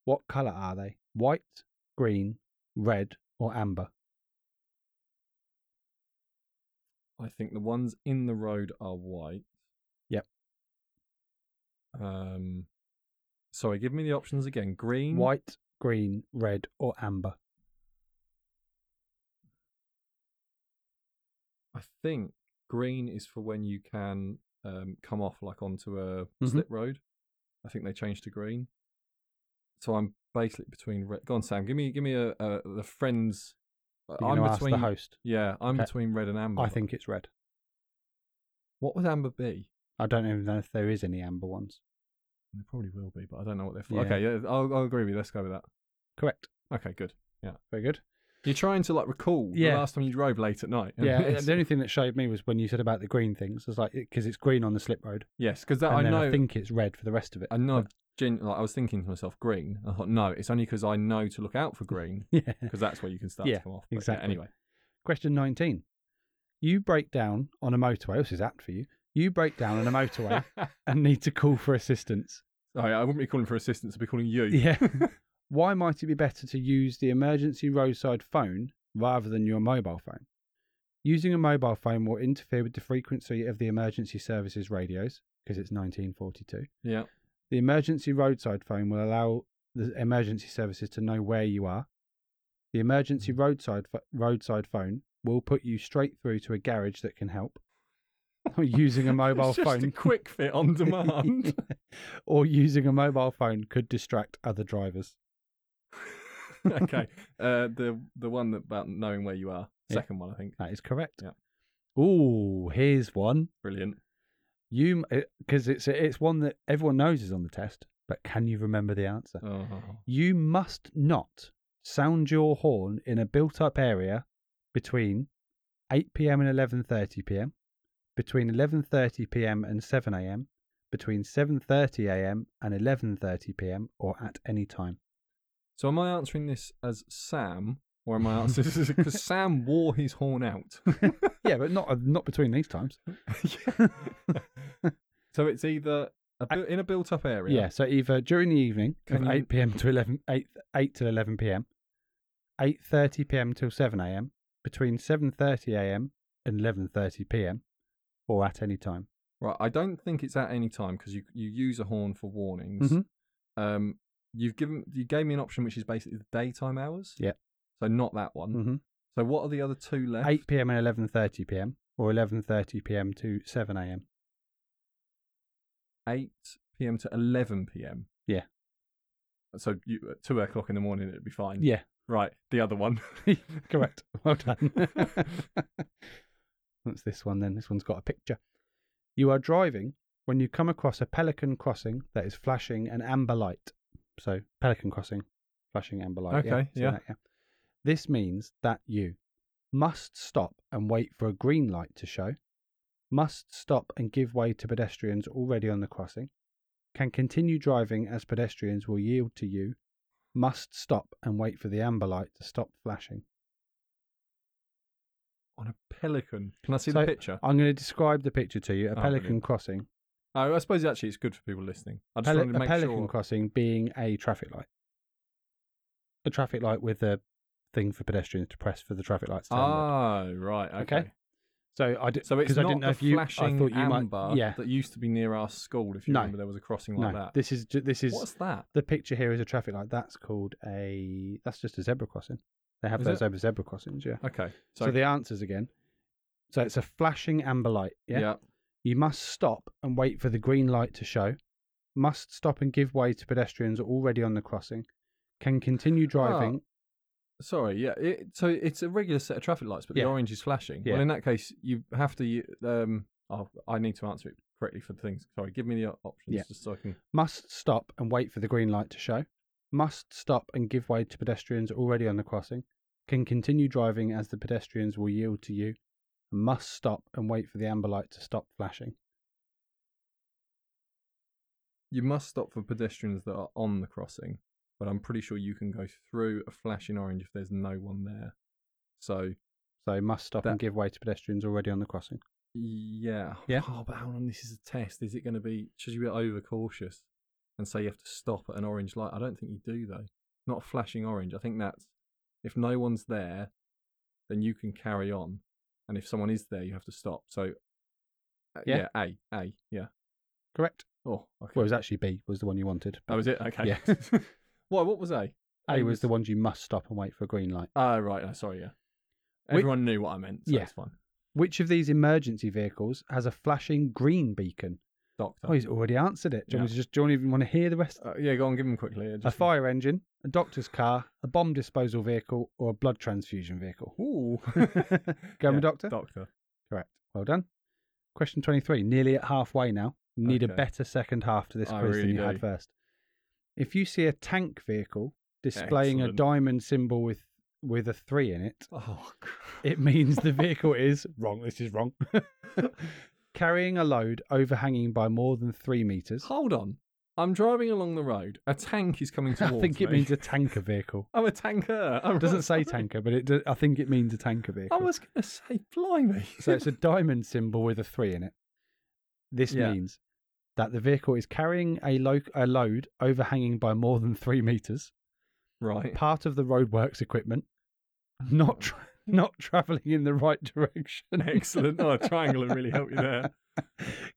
S1: What color are they? White, green, red, or amber?
S2: I think the ones in the road are white.
S1: Yep.
S2: Um, sorry, give me the options again. Green,
S1: White, green, red, or amber?
S2: I think green is for when you can um, come off like onto a
S1: Mhm.
S2: slip road. I think they changed to green. So I'm basically between. Red... Go on, Sam. Give me, give me a, a the friends. uh,
S1: You're
S2: I'm
S1: gonna ask
S2: between.
S1: the host.
S2: Yeah, I'm
S1: Okay.
S2: between red and amber.
S1: I think it's red.
S2: What would amber be?
S1: I don't even know if there is any amber ones.
S2: There probably will be, but I don't know what they're for.
S1: Yeah.
S2: Okay, yeah, I'll, I'll agree with you. Let's go with that.
S1: Correct.
S2: Okay, good.
S1: Very good.
S2: You're trying to like recall
S1: Yeah.
S2: the last time you drove late at night.
S1: Yeah,
S2: It's-
S1: the only thing that showed me was when you said about the green things. It's like because it's green on the slip road,
S2: yes, because that
S1: and
S2: I
S1: then
S2: know.
S1: I think it's red for the rest of it.
S2: I know. I've Gen- like, I was thinking to myself, green. I thought, no, it's only because I know to look out for green
S1: yeah.
S2: because that's where you can start
S1: Yeah,
S2: to come off.
S1: exactly.
S2: anyway,
S1: Question nineteen: You break down on a motorway. This is apt for you. You break down on a motorway and need to call for assistance.
S2: Sorry, I wouldn't be calling for assistance. I'd be calling you.
S1: Yeah. Why might it be better to use the emergency roadside phone rather than your mobile phone? Using a mobile phone will interfere with the frequency of the emergency services radios because it's 1942.
S2: Yeah.
S1: The emergency roadside phone will allow the emergency services to know where you are. The emergency
S2: Mm-hmm.
S1: roadside pho- roadside phone will put you straight through to a garage that can help. Or using a mobile
S2: It's just a
S1: phone
S2: quick fit on demand.
S1: or using a mobile phone could distract other drivers.
S2: okay. Uh, the the one that about knowing where you are.
S1: Yeah.
S2: Second one, I think.
S1: That is correct.
S2: Yeah.
S1: Ooh, here's one.
S2: Brilliant.
S1: You because it's it's one that everyone knows is on the test, but can you remember the answer?
S2: Oh.
S1: You must not sound your horn in a built-up area between 8 p.m. and 11:30 p.m., between 11:30 p.m. and 7 a.m., between 7:30 a.m. and 11:30 p.m. or at any time.
S2: So am I answering this as Sam, or am I answering this because Sam wore his horn out?
S1: yeah, but not uh, not between these times.
S2: so it's either a bu- in a built-up area.
S1: Yeah, so either during the evening
S2: Can
S1: from
S2: you-
S1: 8 p.m. to 11 8 8 till 11 p.m. 8:30 p.m. till 7 a.m. between 7:30 a.m. and 11:30 p.m. or at any time.
S2: Right. I don't think it's at any time because you you use a horn for warnings.
S1: Mhm.
S2: Um, you've given you gave me an option which is basically the daytime hours.
S1: Yeah.
S2: So not that one.
S1: Mhm.
S2: So what are the other two left?
S1: 8 p.m. and 11:30 p.m. or 11:30 p.m. to 7 a.m.
S2: 8 p.m. to 11 p.m.
S1: Yeah.
S2: So you, at two o'clock in the morning, it'd be fine.
S1: Yeah,
S2: Right. The other one.
S1: correct. Well done. What's this one then? This one's got a picture. You are driving when you come across a pelican crossing that is flashing an amber light. So, pelican crossing, flashing amber light. yeah,
S2: Okay,
S1: seen
S2: yeah.
S1: that, yeah. This means that you must stop and wait for a green light to show, must stop and give way to pedestrians already on the crossing, can continue driving as pedestrians will yield to you, must stop and wait for the amber light to stop flashing.
S2: On a pelican. Can I see
S1: So,
S2: the picture?
S1: I'm going to describe the picture to you. A
S2: Oh,
S1: pelican
S2: brilliant.
S1: crossing.
S2: Oh, I suppose actually it's good for people listening. I just
S1: Peli-
S2: wanted to
S1: a
S2: make
S1: pelican
S2: sure.
S1: crossing being a traffic light. A traffic light with a thing for pedestrians to press for the traffic lights. to turn red.
S2: Oh, right. Okay.
S1: Okay. So I did,
S2: So it's
S1: 'cause
S2: not
S1: I didn't know
S2: the
S1: if you,
S2: flashing
S1: I thought you
S2: amber
S1: might. Yeah.
S2: that used to be near our school. If you
S1: No.
S2: remember, there was a crossing
S1: No.
S2: like that.
S1: This is ju- this is
S2: What's that?
S1: the picture here is a traffic light. That's called a. That's just a zebra crossing. They have
S2: Is
S1: those
S2: it?
S1: over zebra crossings. Yeah.
S2: Okay. So,
S1: So, the answers again. So it's a flashing amber light.
S2: yeah.
S1: You must stop and wait for the green light to show. Ah. Must stop and give way to pedestrians already on the crossing. Can continue driving
S2: Sorry, yeah. It, so it's a regular set of traffic lights, but
S1: Yeah.
S2: the orange is flashing.
S1: Yeah.
S2: Well, in that case, you have to. Um, oh, I need to answer it correctly for things. Sorry, give me the o- options
S1: Yeah.
S2: just so I can.
S1: Must stop and wait for the green light to show. Must stop and give way to pedestrians already on the crossing. Can continue driving as the pedestrians will yield to you. Must stop and wait for the amber light to stop flashing.
S2: You must stop for pedestrians that are on the crossing, but I'm pretty sure you can go through a flashing orange if there's no one there. So
S1: So must stop and
S2: That-
S1: give way to pedestrians already on the crossing.
S2: yeah,
S1: Yeah.
S2: Oh, but how long? This is a test. Is it going to be? Should you be overcautious and say you have to stop at an orange light? I don't think you do though. Not a flashing orange. I think that's if no one's there, then you can carry on, and if someone is there, you have to stop. So uh,
S1: Yeah.
S2: yeah, A A yeah.
S1: Correct.
S2: Oh, okay.
S1: Well, it was actually B was the one you wanted.
S2: that was it. Okay.
S1: Yeah.
S2: Why? What was A?
S1: A was the
S2: one.
S1: ones you must stop and wait for a green light.
S2: Oh, right. oh, sorry. Yeah.
S1: Whi-
S2: Everyone knew what I meant. So
S1: Yeah.
S2: It's fine.
S1: Which of these emergency vehicles has a flashing green beacon?
S2: Doctor.
S1: Oh, he's already answered it. Do you, want me
S2: Yeah.
S1: to just, do you even want to hear the rest?
S2: uh, yeah. Go on. Give him quickly. yeah,
S1: A
S2: just-
S1: fire engine, a doctor's car, a bomb disposal vehicle, or a blood transfusion vehicle.
S2: Ooh.
S1: Go with
S2: Yeah,
S1: doctor?
S2: Doctor.
S1: Correct. Well done. Question 23, nearly at halfway now. You Need a
S2: Okay.
S1: better second half to this
S2: I
S1: quiz than
S2: really
S1: you had
S2: do.
S1: first. If you see a tank vehicle displaying a
S2: Excellent.
S1: diamond symbol with with a 3 in it,
S2: Oh,
S1: it means the vehicle is wrong. This is wrong. Carrying a load overhanging by more than 3 meters.
S2: Hold on. I'm driving along the road. A tank is coming
S1: I
S2: towards me.
S1: think it means a tanker vehicle.
S2: I'm a tanker. I'm
S1: It doesn't say
S2: sorry.
S1: tanker, but it do, I think it means a tanker vehicle.
S2: I was going to say, blimey.
S1: So it's a diamond symbol with a three in it. This
S2: Yeah.
S1: means that the vehicle is carrying a, lo- a load overhanging by more than three meters,
S2: right.
S1: part of the roadworks equipment, not tra- not traveling in the right direction,
S2: Excellent. Oh, a triangle would really help you there.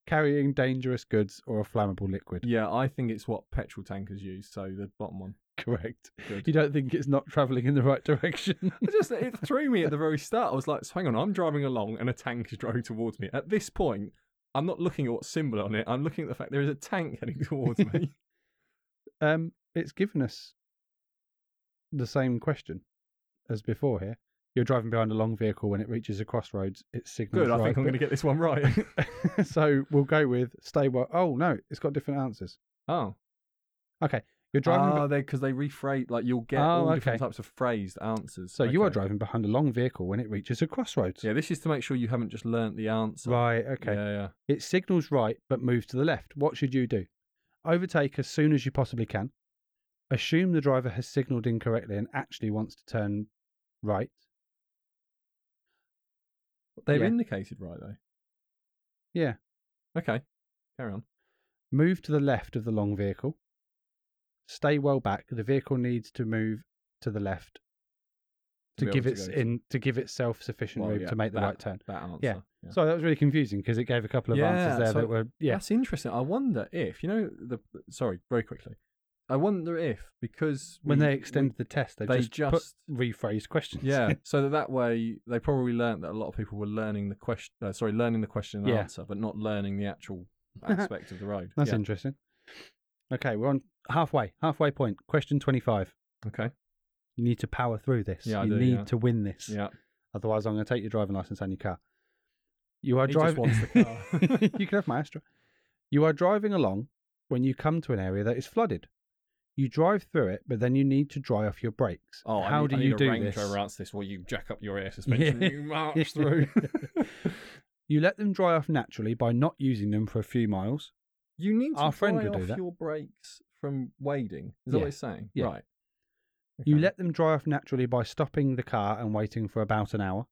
S1: carrying dangerous goods or a flammable liquid.
S2: Yeah, I think it's what petrol tankers use. So the bottom one.
S1: Correct.
S2: Good.
S1: You don't think it's not traveling in the right direction?
S2: I just it threw me at the very start. I was like, so hang on, I'm driving along and a tank is driving towards me. At this point, I'm not looking at what symbol on it. I'm looking at the fact there is a tank heading towards me.
S1: Um, it's given us the same question as before here. You're driving behind a long vehicle when it reaches a crossroads, it signals.
S2: Good. I think I'm going to get this one right.
S1: to. so we'll go with stay. Well, oh no, it's got different answers.
S2: oh,
S1: You're driving. be-
S2: driving because Ah, they rephrase. Like you'll get
S1: Oh,
S2: all different
S1: okay.
S2: types of phrased answers.
S1: so you are
S2: Okay.
S1: driving behind a long vehicle when it reaches a crossroads.
S2: Yeah, this is to make sure you haven't just learnt the answer.
S1: Right. Okay.
S2: Yeah, yeah.
S1: It signals right but moves to the left. What should you do? Overtake as soon as you possibly can. Assume the driver has signaled incorrectly and actually wants to turn right.
S2: They've
S1: Yeah.
S2: indicated right though.
S1: Yeah.
S2: Okay. Carry on.
S1: Move to the left of the long vehicle. Stay well back. The vehicle needs to move to the left to,
S2: be
S1: give
S2: able
S1: its
S2: go
S1: in to give itself sufficient
S2: Well,
S1: room
S2: yeah,
S1: to make the
S2: that-
S1: right turn.
S2: That answer.
S1: Yeah. Sorry, that was really confusing because it gave a couple of answers
S2: Yeah,
S1: there
S2: so
S1: that were yeah.
S2: That's interesting. I wonder if, you know, the sorry, very quickly. I wonder if because
S1: When
S2: we-
S1: they extended the test, they,
S2: they
S1: just,
S2: just-
S1: put rephrased questions.
S2: we- yeah, so that, that way they probably learnt that a lot of people were learning the question, uh, sorry, learning the question and
S1: Yeah.
S2: answer, but not learning the actual aspect of the road.
S1: that's
S2: yeah.
S1: interesting. Okay, we're on halfway, halfway point. Question twenty-five.
S2: Okay.
S1: You need to power through this.
S2: Yeah, I
S1: you
S2: do,
S1: need
S2: yeah.
S1: to win this.
S2: Yeah.
S1: Otherwise, I'm going to take your driving license and your car. You are
S2: He just
S1: driving.
S2: wants the car.
S1: you can have my Astra. You are driving along when you come to an area that is flooded. You drive through it, but then you need to dry off your brakes.
S2: Oh,
S1: how
S2: I need,
S1: do
S2: I need
S1: you
S2: a
S1: do
S2: Range
S1: this?
S2: Rover answer this? Well, you jack up your air suspension,
S1: Yeah.
S2: you march through.
S1: You let them dry off naturally by not using them for a few miles.
S2: you need to
S1: Our friend
S2: dry
S1: would do
S2: off
S1: that.
S2: your brakes from wading. Is that
S1: Yeah.
S2: what it's saying?
S1: Yeah.
S2: Right.
S1: You
S2: Okay.
S1: let them dry off naturally by stopping the car and waiting for about an hour.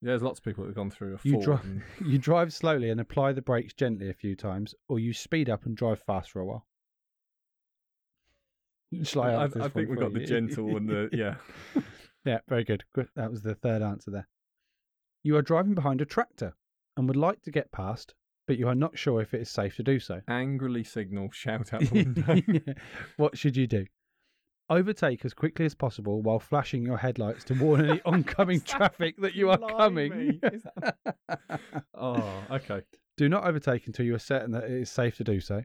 S2: There's lots of people that have gone through a
S1: You
S2: Ford.
S1: dri-
S2: and-
S1: You drive slowly and apply the brakes gently a few times, or you speed up and drive fast for a while. Shall I
S2: I,
S1: answer
S2: I
S1: this
S2: think
S1: one
S2: we've got
S1: for
S2: the
S1: you?
S2: gentle and the yeah.
S1: Yeah, very good. Good. That was the third answer there. You are driving behind a tractor and would like to get past, but you are not sure if it is safe to do so.
S2: Angrily signal, shout out the window.
S1: what should you do? Overtake as quickly as possible while flashing your headlights to warn any oncoming traffic that you are coming.
S2: Blimey, is that- oh, okay.
S1: Do not overtake until you are certain that it is safe to do so.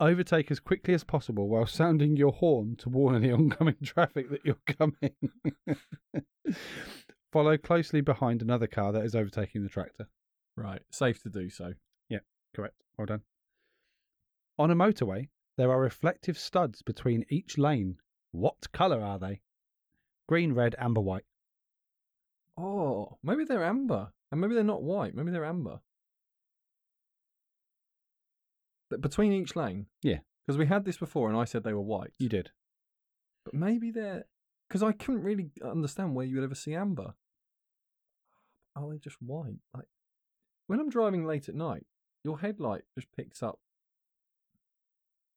S1: Overtake as quickly as possible while sounding your horn to warn any oncoming traffic that you're coming. Follow closely behind another car that is overtaking the tractor.
S2: Right. Safe to do so.
S1: Correct. Well done. On a motorway, there are reflective studs between each lane. What colour are they? Green, red, amber, white.
S2: Oh, maybe they're amber. And maybe they're not white. Maybe they're amber. But between each lane?
S1: Yeah.
S2: Because we had this before and I said they were white.
S1: You did.
S2: But maybe they're. Because I couldn't really understand where you would ever see amber. Are they just white? Like, when I'm driving late at night, your headlight just picks up.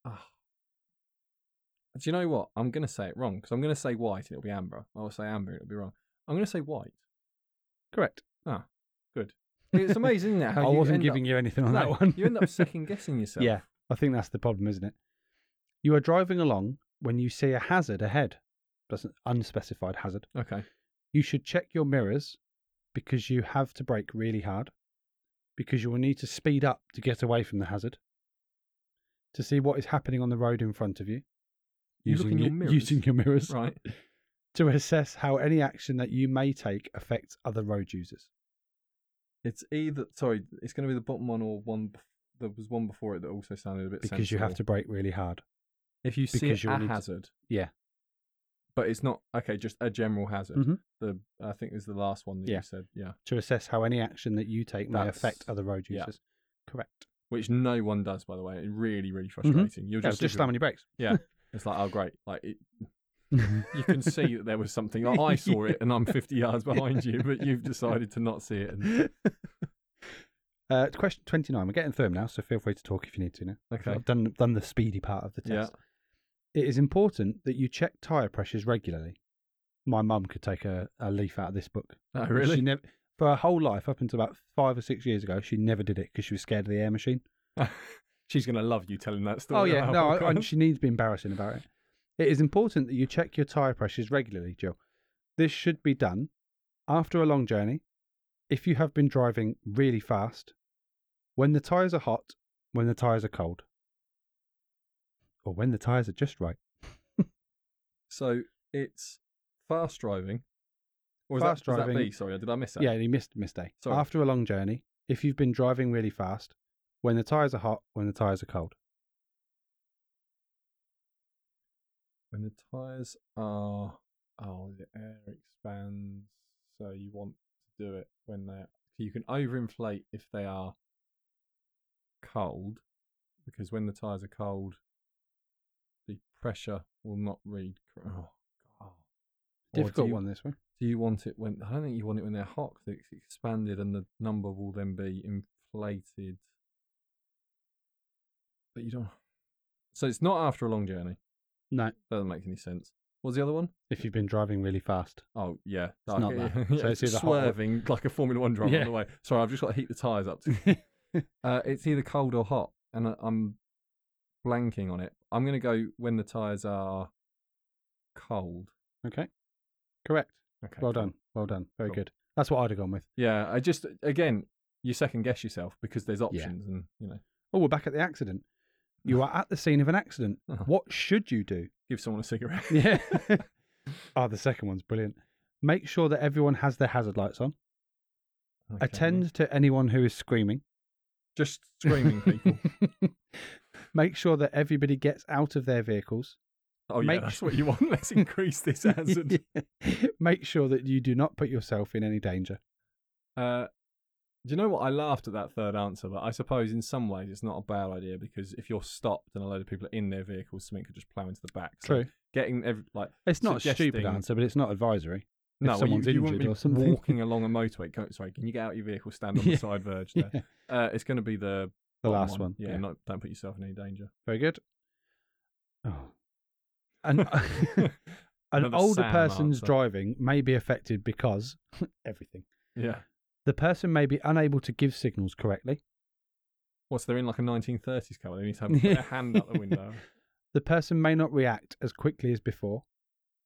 S2: Ah. Do you know what? I'm going to say it wrong because I'm going to say white and it'll be amber. I'll say amber and it'll be wrong. I'm going to say white.
S1: Correct.
S2: Good. It's amazing that how
S1: I
S2: you
S1: wasn't
S2: end
S1: giving
S2: up,
S1: you anything on
S2: No,
S1: that one.
S2: you end up second guessing yourself.
S1: Yeah, I think that's the problem, isn't it? You are driving along when you see a hazard ahead. That's an unspecified hazard.
S2: Okay.
S1: You should check your mirrors because you have to brake really hard, because you will need to speed up to get away from the hazard, to see what is happening on the road in front of you.
S2: You look in your mirrors?
S1: Using your mirrors.
S2: Right.
S1: To assess how any action that you may take affects other road users.
S2: It's either sorry, it's going to be the bottom one or one. bef- There was one before it that also sounded a bit.
S1: Because you have to
S2: sensible.
S1: brake really hard.
S2: If you see
S1: because
S2: it
S1: you'll
S2: a
S1: need to-
S2: hazard.
S1: Yeah.
S2: But it's not okay. Just a general hazard.
S1: Mhm.
S2: The I think it was the last one that
S1: Yeah.
S2: you said. Yeah.
S1: To assess how any action that you take may
S2: That's-
S1: affect other road
S2: yeah.
S1: users. Correct.
S2: Which no one does, by the way. It really, really frustrating. You're
S1: Yeah,
S2: just,
S1: Mm-hmm. just slamming your brakes.
S2: It's like, oh great, like it, you can see that there was something. Like, I saw it, and I'm 50 yards behind you, but you've decided to not see it. And,
S1: Uh, question 29. We're getting firm now, so feel free to talk if you need to now.
S2: okay.
S1: I've done, done the speedy part of the
S2: Yeah.
S1: test. It is important that you check tyre pressures regularly. My mum could take a, a leaf out of this book.
S2: Oh
S1: She
S2: really?
S1: never, for her whole life, up until about five or six years ago, she never did it because she was scared of the air machine.
S2: She's gonna love you telling that story.
S1: Oh, yeah.
S2: on
S1: No,
S2: our
S1: I- and
S2: podcast.
S1: she needs to be embarrassing about it. It is important that you check your tyre pressures regularly, Jill. This should be done after a long journey, if you have been driving really fast, when the tyres are hot, when the tyres are cold, or when the tyres are just right.
S2: So it's fast driving. Or is
S1: Fast
S2: that, is that
S1: driving.
S2: B? Sorry, did I miss that?
S1: Yeah, you missed mistake.
S2: Sorry.
S1: After a long journey, if you've been driving really fast, when the tyres are hot, when the tyres are cold.
S2: When the tires are oh, the air expands, so you want to do it when they're you can overinflate if they are cold, because when the tires are cold, the pressure will not read. cor- Oh, God. Or do
S1: Difficult
S2: you-
S1: one, this one.
S2: Do you want it when I don't think you want it when they're hot 'cause it's expanded and the number will then be inflated. But you don't. So it's not after a long journey.
S1: No,
S2: Doesn't make any sense. What's the other one?
S1: if you've been driving really fast.
S2: Oh yeah, it's
S1: not that. So it's either hot or-
S2: swerving like a Formula One driver
S1: Yeah.
S2: on the way. Sorry, I've just got to heat the tires up. uh, it's either cold or hot, and I, I'm blanking on it. I'm going to go when the tires are cold.
S1: Okay. Correct.
S2: Okay,
S1: Well
S2: cool.
S1: done. Well done. Very
S2: Cool.
S1: good. That's what I'd have gone with.
S2: Yeah, I just again, you second guess yourself because there's options, and you know,
S1: Oh, we're back at the accident. You are at the scene of an accident.
S2: Uh-huh.
S1: What should you do?
S2: give someone a cigarette.
S1: Yeah. oh, the second one's brilliant. Make sure that everyone has their hazard lights on.
S2: Okay.
S1: Attend to anyone who is screaming.
S2: Just screaming people.
S1: Make sure that everybody gets out of their vehicles.
S2: Oh yeah,
S1: Make
S2: that's
S1: sure-
S2: what you want. Let's increase this hazard.
S1: Make sure that you do not put yourself in any danger.
S2: Uh, do you know what? I laughed at that third answer, but I suppose in some ways it's not a bad idea because if you're stopped and a load of people are in their vehicles, something could just plow into the back. So
S1: True.
S2: Getting every like
S1: It's not a stupid
S2: suggesting-
S1: answer, but it's not advisory.
S2: no, well,
S1: someone's
S2: you, you
S1: injured
S2: wouldn't be
S1: or something.
S2: walking along a motorway. Go, sorry, can you get out of your vehicle? Stand on
S1: Yeah.
S2: the side verge. There.
S1: Yeah.
S2: Uh, it's going to be the
S1: The
S2: bottom
S1: last one.
S2: Yeah,
S1: Yeah.
S2: Not, don't put yourself in any danger.
S1: Very good. Oh. And an
S2: Another
S1: older
S2: Sam
S1: person's
S2: answer.
S1: driving may be affected because everything.
S2: Yeah.
S1: The person may be unable to give signals correctly.
S2: What's they're in like a 1930s car? They need to have their hand out the window.
S1: The person may not react as quickly as before.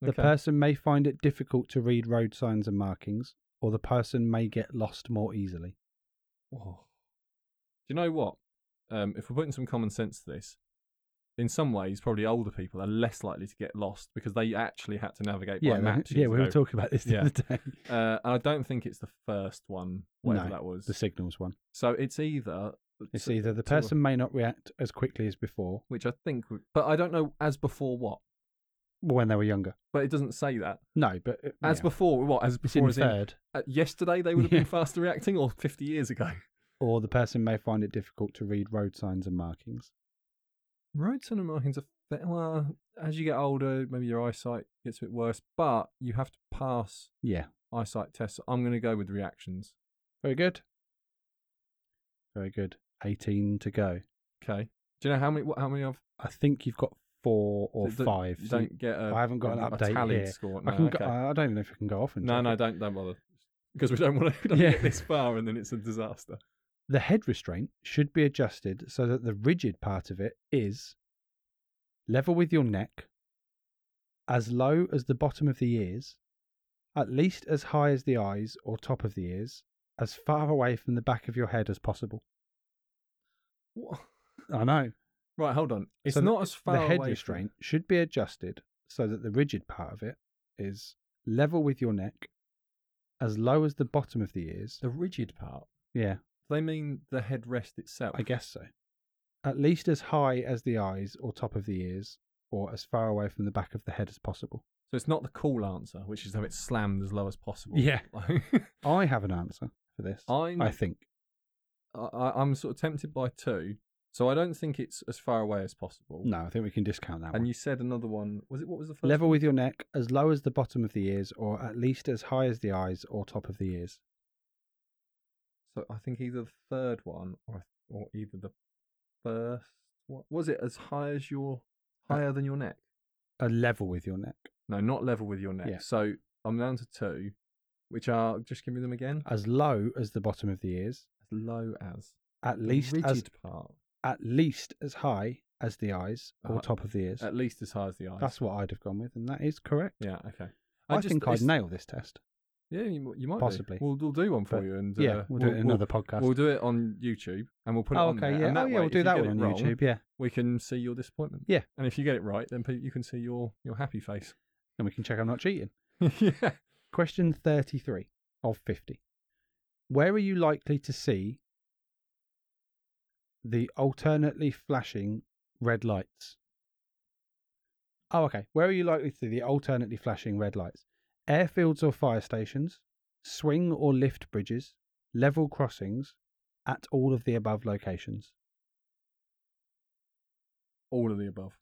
S1: The
S2: Okay.
S1: person may find it difficult to read road signs and markings, or the person may get lost more easily.
S2: Whoa. Do you know what? Um, if we're putting some common sense to this, in some ways, probably older people are less likely to get lost because they actually had to navigate
S1: Yeah,
S2: by
S1: we-
S2: maps.
S1: yeah,
S2: years
S1: we were
S2: ago.
S1: talking about this the
S2: Yeah.
S1: other day.
S2: Uh, and I don't think it's the first one, whatever
S1: No,
S2: that was.
S1: The signals one.
S2: So it's either
S1: It's
S2: so-
S1: either the
S2: to-
S1: person may not react as quickly as before
S2: which I think, would- but I don't know as before what.
S1: when they were younger.
S2: But it doesn't say that
S1: No, but uh,
S2: as
S1: yeah.
S2: before what as
S1: It's
S2: before
S1: in
S2: as in,
S1: third.
S2: uh, yesterday they would have
S1: Yeah.
S2: been faster reacting or fifty years ago.
S1: Or the person may find it difficult to read road signs and markings.
S2: Road sign markings are fa- well as you get older, maybe your eyesight gets a bit worse, but you have to pass
S1: Yeah.
S2: eyesight tests. I'm going to go with reactions.
S1: Very good. Very good. 18 to go.
S2: Okay. Do you know how many? What, how many of?
S1: I think you've got four or
S2: that- that
S1: five. so
S2: Don't get. A,
S1: I haven't got
S2: a,
S1: an
S2: a
S1: update
S2: tallied
S1: here.
S2: Score.
S1: I,
S2: No,
S1: can go,
S2: okay.
S1: I don't even know if I can go off and
S2: no,
S1: check
S2: no,
S1: it.
S2: don't don't bother because we don't want to
S1: Yeah.
S2: get this far and then it's a disaster.
S1: The head restraint should be adjusted so that the rigid part of it is level with your neck, as low as the bottom of the ears, at least as high as the eyes or top of the ears, as far away from the back of your head as possible.
S2: What?
S1: I know.
S2: Right, hold on. It's
S1: So the-
S2: not as far
S1: the head
S2: away from-
S1: restraint should be adjusted so that the rigid part of it is level with your neck, as low as the bottom of the ears.
S2: the rigid part.
S1: Yeah,
S2: They mean the headrest itself.
S1: I guess so. At least as high as the eyes or top of the ears, or as far away from the back of the head as possible.
S2: So it's not the cool answer, which is to have it slammed as low as possible.
S1: Yeah.
S2: I,
S1: I have an answer for this.
S2: I'm-
S1: I think.
S2: I- I'm sort of tempted by two, so I don't think it's as far away as possible.
S1: No, I think we can discount that
S2: And
S1: one.
S2: you said another one. Was it what was the first?
S1: Level with your neck, as low as the bottom of the ears, or at least as high as the eyes or top of the ears.
S2: So I think either the third one or or either the first. What was it? As high as your
S1: Uh,
S2: higher than your neck?
S1: A level with your neck,
S2: No, not level with your neck.
S1: Yeah.
S2: So I'm down to two, which are just give me them again.
S1: as low as the bottom of the ears,
S2: As low as
S1: at
S2: The
S1: least
S2: rigid
S1: as
S2: part.
S1: at least as high as the eyes or
S2: Uh,
S1: top of the ears.
S2: At least as high as the eyes.
S1: That's what I'd have gone with, and that is correct.
S2: yeah. Okay.
S1: I,
S2: just-
S1: think I'd
S2: it's-
S1: nail this test.
S2: Yeah, you, m- you might do.
S1: Possibly.
S2: We'll, we'll do one for
S1: But,
S2: you, and
S1: yeah,
S2: uh,
S1: we'll do it in another podcast.
S2: We'll do it on YouTube, and we'll put it
S1: oh,
S2: on
S1: okay,
S2: there.
S1: yeah,
S2: and
S1: oh,
S2: that
S1: yeah,
S2: way,
S1: we'll
S2: if
S1: do
S2: you
S1: that
S2: get
S1: one on
S2: it wrong,
S1: YouTube. Yeah,
S2: We can see your disappointment.
S1: Yeah.
S2: and if you get it right, then pe- you can see your your happy face.
S1: and we can check I'm not cheating.
S2: yeah.
S1: Question thirty-three of fifty: Where are you likely to see the alternately flashing red lights? Oh, okay. Where are you likely to see the alternately flashing red lights? Airfields or fire stations, swing or lift bridges, level crossings, at all of the above locations.
S2: All of the above.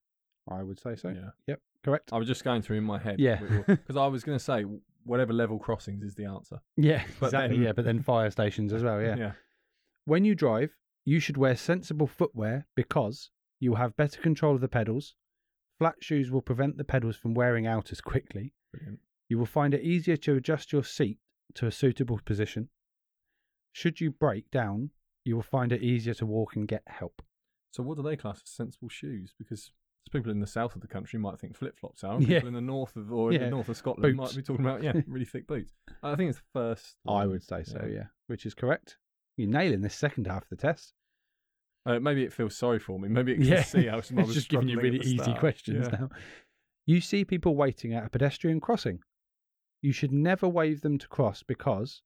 S1: I would say so.
S2: Yeah.
S1: Yep. Correct.
S2: I was just going through in my head.
S1: Yeah.
S2: Because I was going to say whatever level crossings is the answer.
S1: Yeah,
S2: But
S1: exactly.
S2: then-
S1: yeah, but then fire stations as well. Yeah.
S2: Yeah.
S1: When you drive, you should wear sensible footwear because you will have better control of the pedals. Flat shoes will prevent the pedals from wearing out as quickly.
S2: Brilliant.
S1: You will find it easier to adjust your seat to a suitable position. Should you break down, you will find it easier to walk and get help.
S2: So what do they class as sensible shoes? Because people in the south of the country might think flip flops are. and
S1: Yeah.
S2: People in the north of or in
S1: Yeah.
S2: the north of
S1: Boots.
S2: Scotland might be talking about yeah, really thick boots. I think it's the first.
S1: I
S2: one.
S1: would say so,
S2: Yeah.
S1: Mm. yeah. Which is correct. You're nailing this second half of the test.
S2: Uh, maybe it feels sorry for me. Maybe it can see how some I
S1: it's
S2: was
S1: just giving you
S2: struggling
S1: really
S2: at the
S1: easy
S2: start.
S1: questions
S2: Yeah.
S1: now. You see people waiting at a pedestrian crossing. You should never wave them to cross because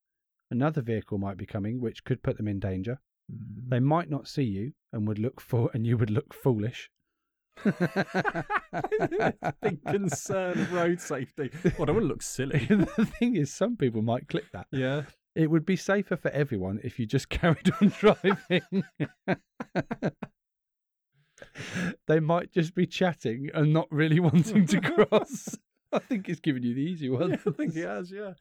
S1: another vehicle might be coming, which could put them in danger.
S2: Mm.
S1: They might not see you and would look for, and you would look foolish.
S2: Big concern of road safety. Well, I don't want to look silly.
S1: the thing is, some people might click that.
S2: Yeah.
S1: It would be safer for everyone if you just carried on driving. they might just be chatting and not really wanting to cross. I think it's giving you the easy one.
S2: yeah, I think he has. Yeah.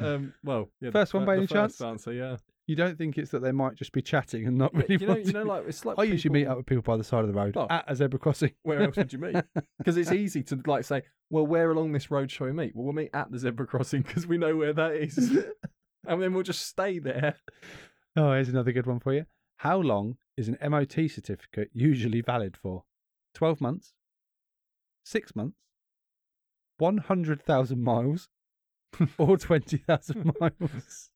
S2: Um, well, yeah, the
S1: First one
S2: fir-
S1: by
S2: the
S1: any
S2: first
S1: chance?
S2: Answer, yeah.
S1: You don't think it's that they might just be chatting and not really
S2: you know,
S1: wanting
S2: you know, like it's like
S1: I usually meet
S2: people-
S1: up with people by the side of the road
S2: Oh.
S1: at a zebra crossing.
S2: Where else would you meet? Because it's easy to like say, well, where along this road shall we meet? Well, we'll meet at the zebra crossing because we know where that is, and then we'll just stay there.
S1: Oh, here's another good one for you. How long is an MOT certificate usually valid for? 12 months, 6 months, 100,000 miles, or 20,000 miles?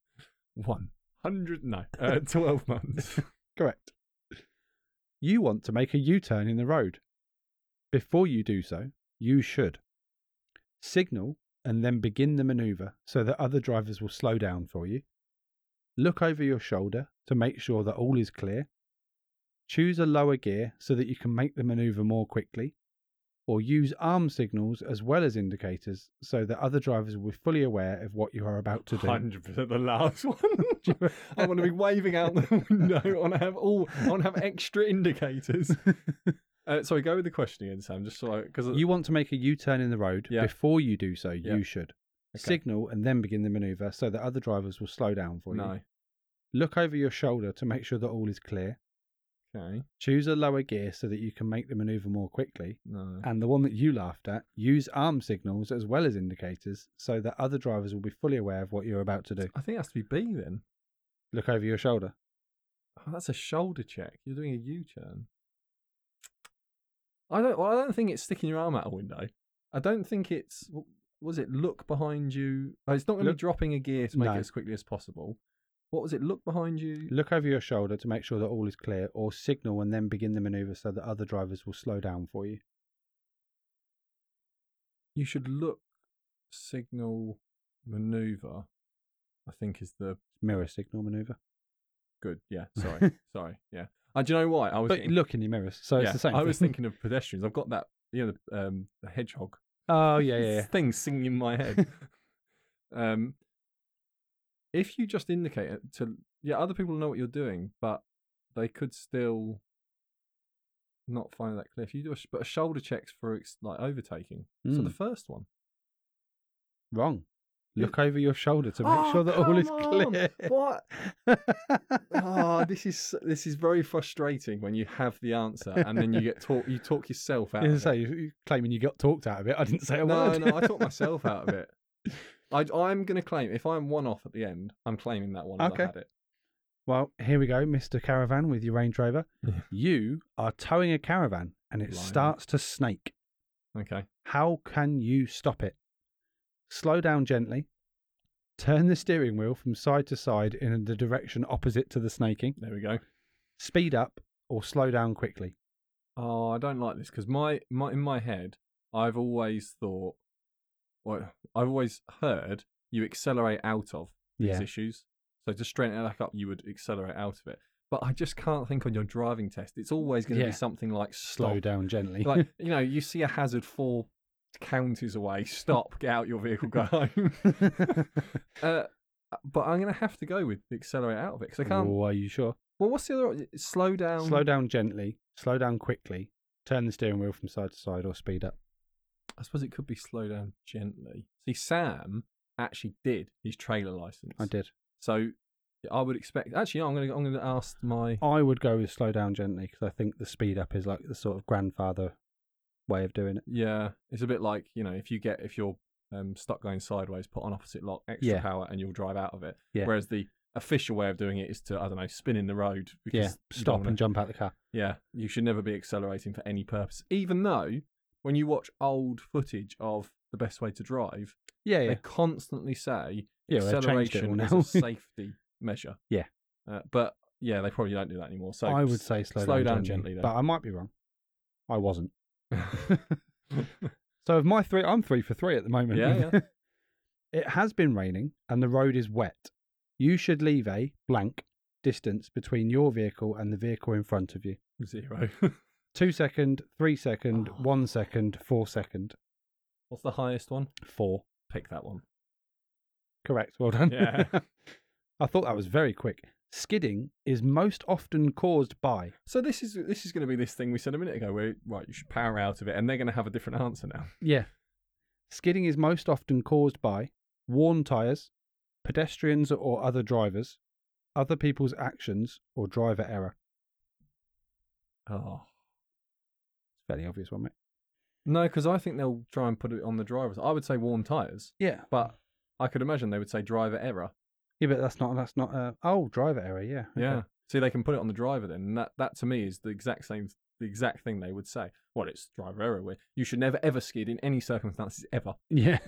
S2: One hundred, no, uh, twelve months.
S1: Correct. You want to make a U turn in the road. Before you do so, you should signal and then begin the maneuver so that other drivers will slow down for you. Look over your shoulder to make sure that all is clear. Choose a lower gear so that you can make the maneuver more quickly, or use arm signals as well as indicators so that other drivers will be fully aware of what you are about to do.
S2: Hundred percent the last one. I want to be waving out the window. I want to have all. I want to have extra indicators. Uh, sorry, go with the question again, Sam. Just so because
S1: You want to make a U turn in the road.
S2: Yeah.
S1: Before you do so,
S2: Yeah.
S1: you should signal and then begin the maneuver so that other drivers will slow down for you.
S2: no.
S1: Look over your shoulder to make sure that all is clear.
S2: Okay.
S1: Choose a lower gear so that you can make the maneuver more quickly.
S2: No.
S1: And the one that you laughed at, use arm signals as well as indicators so that other drivers will be fully aware of what you're about to do.
S2: I think it has to be B then.
S1: Look over your shoulder.
S2: Oh, that's a shoulder check. You're doing a U-turn. I don't. Well, I don't think it's sticking your arm out a window. I don't think it's. what Was it look behind you? Oh, it's not going to be
S1: Look-
S2: dropping a gear to make
S1: No.
S2: it as quickly as possible. What was it? Look behind you.
S1: Look over your shoulder to make sure that all is clear or signal and then begin the maneuver so that other drivers will slow down for you.
S2: You should look, signal, maneuver. I think is the
S1: Mirror signal maneuver.
S2: good. Yeah. Sorry. sorry. Yeah. Uh, do you know why? I was.
S1: But
S2: thinking-
S1: look in your mirrors, so
S2: yeah,
S1: it's the same.
S2: I was
S1: thing.
S2: thinking of pedestrians. I've got that. You know, the, um, the hedgehog
S1: Oh yeah, yeah, yeah.
S2: thing singing in my head. um, if you just indicate it to, yeah, other people know what you're doing, but they could still not find that clear. If you do a, sh- but a shoulder checks for ex- like overtaking, so the
S1: Mm.
S2: first one.
S1: Wrong. Look over your shoulder to make
S2: Oh,
S1: sure that all is
S2: come on.
S1: clear.
S2: What? oh, this is this is very frustrating when you have the answer and then you get talk you talk yourself out.
S1: You
S2: of it.
S1: say you- you claiming you got talked out of it. I didn't say a
S2: no,
S1: word.
S2: no, I talked myself out of it. I, I'm going to claim if I'm one off at the end, I'm claiming that one. as
S1: Okay.
S2: I had it.
S1: Well, here we go, Mister Caravan, with your Range Rover.
S2: Yeah.
S1: you are towing a caravan, and it
S2: Blimey.
S1: starts to snake.
S2: Okay.
S1: How can you stop it? Slow down gently. Turn the steering wheel from side to side in the direction opposite to the snaking.
S2: There we go.
S1: Speed up or slow down quickly.
S2: Oh, I don't like this because my, my in my head, I've always thought, or I've always heard you accelerate out of these
S1: Yeah.
S2: issues. So to straighten it back up, you would accelerate out of it. But I just can't think on your driving test. It's always going to
S1: Yeah.
S2: be something like stop.
S1: Slow down gently.
S2: like you know, you see a hazard four counties away, stop, get out your vehicle, go home. Uh, but I'm going to have to go with accelerate out of it because I can't.
S1: Oh, are you sure?
S2: Well, what's the other? one? Slow down.
S1: slow down gently, slow down quickly, turn the steering wheel from side to side or speed up.
S2: I suppose it could be slow down gently. See, Sam actually did his trailer license.
S1: I did.
S2: So I would expect. Actually, no, I'm going to. I'm going to ask my.
S1: I would go with slow down gently because I think the speed up is like the sort of grandfather way of doing it.
S2: Yeah, it's a bit like you know, if you get if you're um, stuck going sideways, put on opposite lock, extra
S1: Yeah.
S2: power, and you'll drive out of it.
S1: Yeah.
S2: Whereas the official way of doing it is to I don't know, spin in the road. Because
S1: yeah,
S2: you don't
S1: stop
S2: wanna-
S1: and jump out the car.
S2: Yeah, you should never be accelerating for any purpose. Even though when you watch old footage of the best way to drive,
S1: Yeah, yeah,
S2: they constantly say
S1: yeah. well, they've changed it all
S2: acceleration is
S1: now.
S2: a safety measure.
S1: Yeah.
S2: Uh, but yeah, they probably don't do that anymore. So
S1: I would say slow,
S2: slow
S1: down,
S2: down
S1: gently,
S2: gently then.
S1: but I might be wrong. I wasn't.
S2: yeah,
S1: So of my three, I'm three for three at the moment.
S2: yeah.
S1: It has been raining and the road is wet. You should leave a blank distance between your vehicle and the vehicle in front of you.
S2: Zero.
S1: Two second, three second,
S2: Oh.
S1: one second, four second,
S2: What's the highest one?
S1: four.
S2: Pick that one.
S1: Correct. Well done.
S2: Yeah.
S1: I thought that was very quick. Skidding is most often caused by.
S2: So this is this is going to be this thing we said a minute ago where right you should power out of it and they're going to have a different answer now.
S1: Yeah. Skidding is most often caused by worn tyres, pedestrians or other drivers, other people's actions, or driver error.
S2: Oh
S1: Fairly obvious one, mate.
S2: no, because I think they'll try and put it on the drivers. I would say worn tires,
S1: Yeah.
S2: but I could imagine they would say driver error.
S1: Yeah, but that's not. That's not. Uh, oh, driver error. Yeah. okay.
S2: Yeah. See, they can put it on the driver then. And that, that to me is the exact same, the exact thing they would say. Well, it's driver error. Where you should never ever skid in any circumstances ever,
S1: Yeah.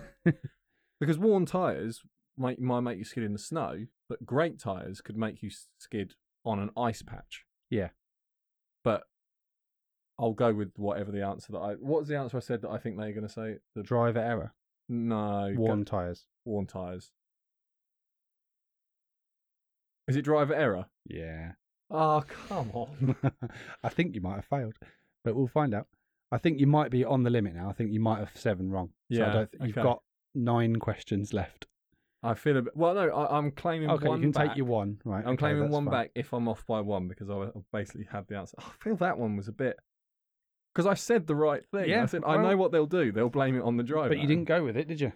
S2: because worn tires might might make you skid in the snow, but great tires could make you skid on an ice patch.
S1: Yeah.
S2: But I'll go with whatever the answer that I. What's the answer I said that I think they're going to say? The
S1: Driver error.
S2: no go-
S1: Worn tyres.
S2: worn tires. Is it driver error?
S1: Yeah.
S2: Oh come on!
S1: I think you might have failed, but we'll find out. I think you might be on the limit now. I think you might have seven wrong. So
S2: Yeah,
S1: I don't think you've
S2: okay.
S1: got nine questions left.
S2: I feel a bit. Well, no, I, I'm claiming
S1: Okay,
S2: one
S1: you can
S2: back.
S1: take your one. Right.
S2: I'm
S1: okay,
S2: claiming
S1: that's
S2: one
S1: fine.
S2: back if I'm off by one because I I basically had the answer. I feel that one was a bit because I said the right thing.
S1: Yeah,
S2: I said I
S1: well-
S2: know what they'll do. They'll blame it on the driver.
S1: But you didn't go with it, did you?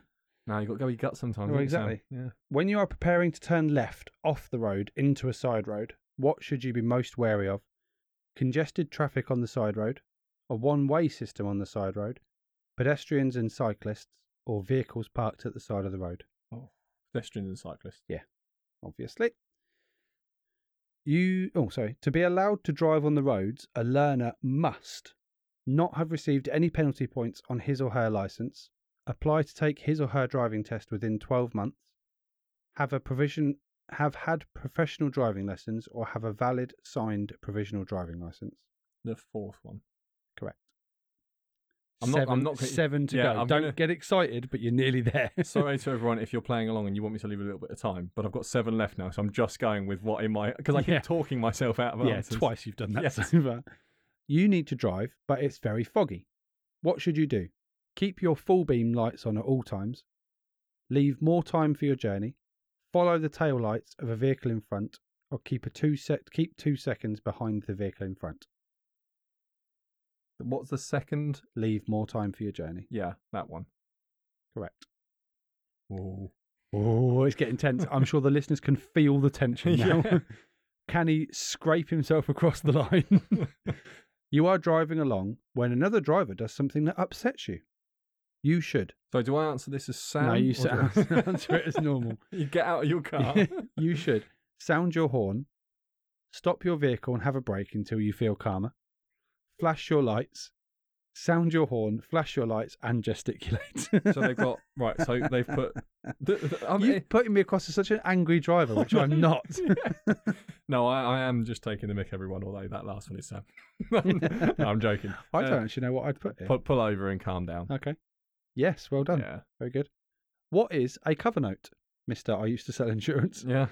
S2: No, you got to go with your gut sometimes.
S1: Well,
S2: haven't you, Sam?
S1: exactly.
S2: Yeah.
S1: When you are preparing to turn left off the road into a side road, what should you be most wary of? Congested traffic on the side road, a one way system on the side road, pedestrians and cyclists, or vehicles parked at the side of the road?
S2: Pedestrians and cyclists.
S1: Obviously. You, oh, sorry. To be allowed to drive on the roads, a learner must not have received any penalty points on his or her license, apply to take his or her driving test within 12 months, have a provision have had professional driving lessons or have a valid signed provisional driving license.
S2: The fourth one.
S1: Correct.
S2: I'm not- I'm
S1: seven,
S2: not gonna-
S1: seven to
S2: yeah,
S1: go.
S2: I'm
S1: Don't
S2: gonna-
S1: get excited, but you're nearly there.
S2: Sorry to everyone if you're playing along and you want me to leave a little bit of time, but I've got seven left now, so I'm just going with what in my because I keep
S1: Yeah.
S2: talking myself out of
S1: yeah,
S2: answers.
S1: twice you've done that
S2: Yes.
S1: so far. You need to drive, but it's very foggy. What should you do? Keep your full beam lights on at all times. Leave more time for your journey. Follow the tail lights of a vehicle in front, or keep a two sec- keep two seconds behind the vehicle in front.
S2: What's the second?
S1: Leave more time for your journey.
S2: Yeah, that one.
S1: Correct.
S2: Whoa.
S1: Oh, it's getting tense. I'm sure the listeners can feel the tension now.
S2: Yeah.
S1: Can he scrape himself across the line? you are driving along when another driver does something that upsets you. You should.
S2: So do I answer this as Sam?
S1: no,
S2: or
S1: you
S2: do
S1: sa-
S2: I-
S1: answer it as normal.
S2: you get out of your car.
S1: you should sound your horn, stop your vehicle and have a break until you feel calmer. Flash your lights, sound your horn, flash your lights, and gesticulate.
S2: so they've got right. So they've put. th- th- I'm-
S1: You're putting me across as such an angry driver, which I'm not.
S2: no, I, I am just taking the mick, everyone. Although that last one is Sam. No, I'm joking.
S1: I
S2: Uh,
S1: don't actually know what I'd put here.
S2: Pu- pull over and calm down.
S1: Okay. Yes, well Oh, done.
S2: Yeah.
S1: Very good. What is a cover note, Mister? I used to sell insurance.
S2: Yeah.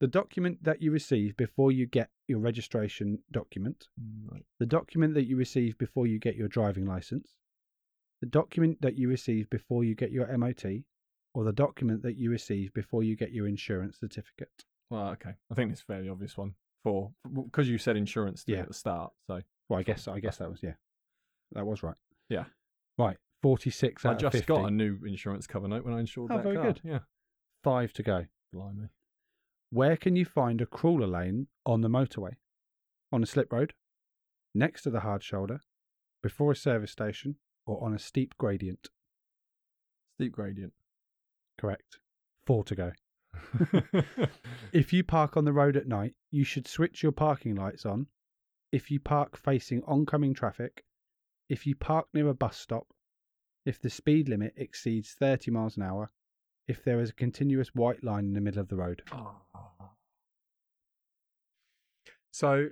S1: The document that you receive before you get your registration document,
S2: Right.
S1: the document that you receive before you get your driving license, the document that you receive before you get your MOT, or the document that you receive before you get your insurance certificate.
S2: Well, okay. I think it's a fairly obvious one for because you said insurance to me
S1: Yeah.
S2: at the start. So
S1: Well, I guess I guess that was yeah, that was right.
S2: Yeah.
S1: right. Forty six
S2: I
S1: out
S2: just
S1: of 50.
S2: got a new insurance cover note when I insured
S1: Oh,
S2: that
S1: very
S2: car.
S1: good.
S2: Yeah.
S1: five to go.
S2: Blimey.
S1: Where can you find a crawler lane on the motorway? On a slip road, next to the hard shoulder, before a service station, or on a steep gradient?
S2: Steep gradient.
S1: Correct. Four to go. If you park on the road at night, you should switch your parking lights on. If you park facing oncoming traffic, if you park near a bus stop, if the speed limit exceeds 30 miles an hour, if there is a continuous white line in the middle of the road.
S2: Ah. so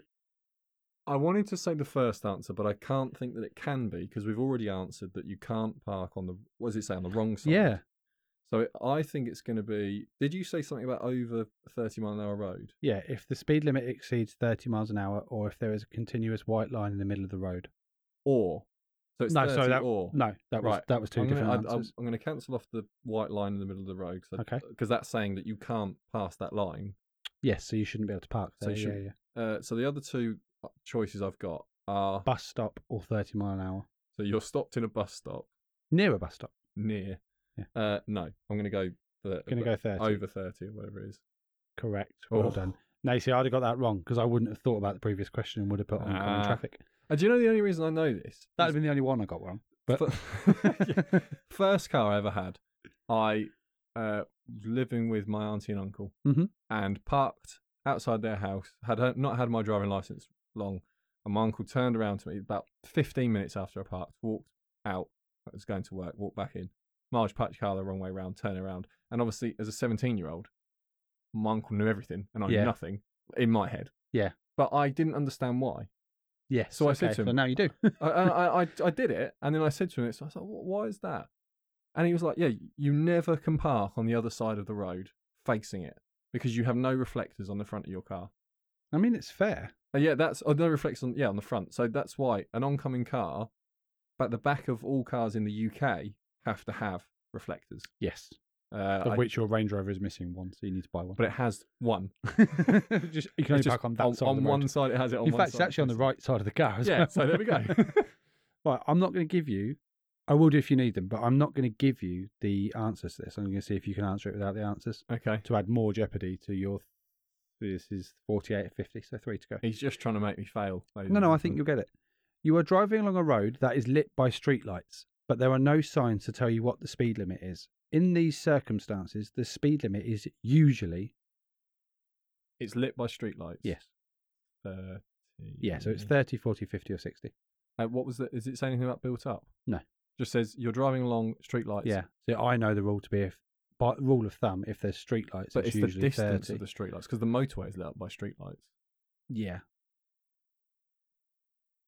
S2: I wanted to say the first answer, but I can't think that it can be because we've already answered that you can't park on the what does it say on the wrong side?
S1: Yeah.
S2: So it, I think it's going to be. Did you say something about over thirty mile an hour road?
S1: Yeah, if the speed limit exceeds 30 miles an hour or if there is a continuous white line in the middle of the road.
S2: Or so it's
S1: no,
S2: 30
S1: sorry, that,
S2: or
S1: no, that was
S2: Right.
S1: that was 2
S2: I'm
S1: different
S2: gonna, I- I'm-
S1: answers.
S2: I'm going to cancel off the white line in the middle of the road because
S1: Okay.
S2: that's saying that you can't pass that line.
S1: yes, so you shouldn't be able to park
S2: So
S1: there.
S2: you
S1: yeah,
S2: shouldn't-
S1: yeah.
S2: Uh, so the other two uh, choices I've got are
S1: Bus stop or 30 mile an hour
S2: so you're stopped in a bus stop
S1: near a bus stop.
S2: near.
S1: Yeah.
S2: Uh, no, I'm going to go the
S1: Going to go 30.
S2: over thirty or whatever it is.
S1: Correct. Well
S2: Oh.
S1: done. Now, you see, I'd have got that wrong because I wouldn't have thought about the previous question and would have put oncoming
S2: Ah.
S1: traffic.
S2: And do you know the only reason I know this?
S1: That'd have been the only one I got wrong. But
S2: But- first car I ever had, I uh, was living with my auntie and uncle,
S1: Mhm.
S2: and parked outside their house. Had had- not had my driving license long, and my uncle turned around to me about fifteen minutes after I parked, walked out. I was going to work, walked back in. Marge parked your car the wrong way round, turn around, and obviously as a seventeen-year-old, my uncle knew everything and I
S1: Yeah.
S2: knew nothing in my head.
S1: Yeah.
S2: but I didn't understand why.
S1: Yes.
S2: So I said
S1: okay,
S2: to him-
S1: So now you do.
S2: I, I, I, I did it, and then I said to him, "I was like, "Wh- why is that?" And he was like, "Yeah, you never can park on the other side of the road facing it because you have no reflectors on the front of your car."
S1: I mean, it's fair.
S2: Uh, yeah, that's oh, no reflectors on yeah on the front. So that's why an oncoming car, but the back of all cars in the UK have to have reflectors.
S1: Yes.
S2: Uh,
S1: Of
S2: I-
S1: which your Range Rover is missing one, so you need to buy one.
S2: but it has one.
S1: just, you can only
S2: It's just
S1: park on that side of the road.
S2: one side it has it. On
S1: In
S2: one
S1: fact, it's
S2: side.
S1: actually on the right side of the car. As
S2: Yeah,
S1: well.
S2: so there we go.
S1: right, I'm not going to give you. I will do if you need them, but I'm not going to give you the answers to this. I'm going to see if you can answer it without the answers
S2: Okay,
S1: to add more jeopardy to your. This is 48 50, so three to go.
S2: he's just trying to make me fail. ladies
S1: No,
S2: and
S1: no, I
S2: gentlemen.
S1: think you'll get it. You are driving along a road that is lit by streetlights, but there are no signs to tell you what the speed limit is. In these circumstances, the speed limit is usually
S2: it's lit by streetlights.
S1: yes,
S2: 30.
S1: yeah. So it's 30, 40, 50, or 60.
S2: Uh, what was the, is it saying anything about built up?
S1: No.
S2: Just says you're driving along streetlights.
S1: Yeah. So I know the rule to be if by rule of thumb, if there's streetlights,
S2: But
S1: it's,
S2: it's, the
S1: usually
S2: distance
S1: 30.
S2: of the streetlights because the motorway is lit up by streetlights.
S1: Yeah.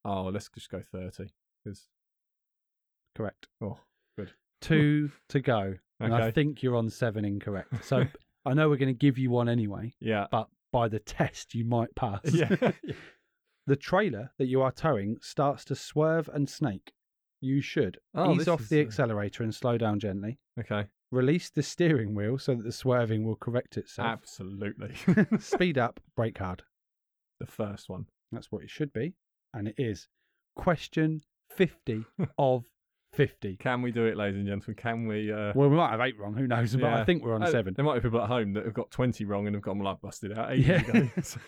S2: Oh, let's just go 30. 'cause-
S1: Correct.
S2: oh,
S1: Two to go. And I
S2: okay.
S1: think you're on seven incorrect. So I know we're going to give you one anyway,
S2: yeah.
S1: but by the test, you might pass.
S2: Yeah.
S1: The trailer that you are towing starts to swerve and snake. You should
S2: Oh,
S1: ease
S2: this
S1: off
S2: is,
S1: the
S2: uh,
S1: accelerator and slow down gently.
S2: okay.
S1: Release the steering wheel so that the swerving will correct itself.
S2: Absolutely.
S1: Speed up, brake hard.
S2: the first one.
S1: That's what it should be. And it is question 50 of 50.
S2: Can we do it, ladies and gentlemen? Can we? Uh,
S1: Well, we might have eight wrong. Who knows? But I
S2: Yeah.
S1: think we're on
S2: oh,
S1: seven.
S2: There might be people at home that have got 20 wrong and have gone, well, I busted out.
S1: Yeah.
S2: Yeah. Ago. So-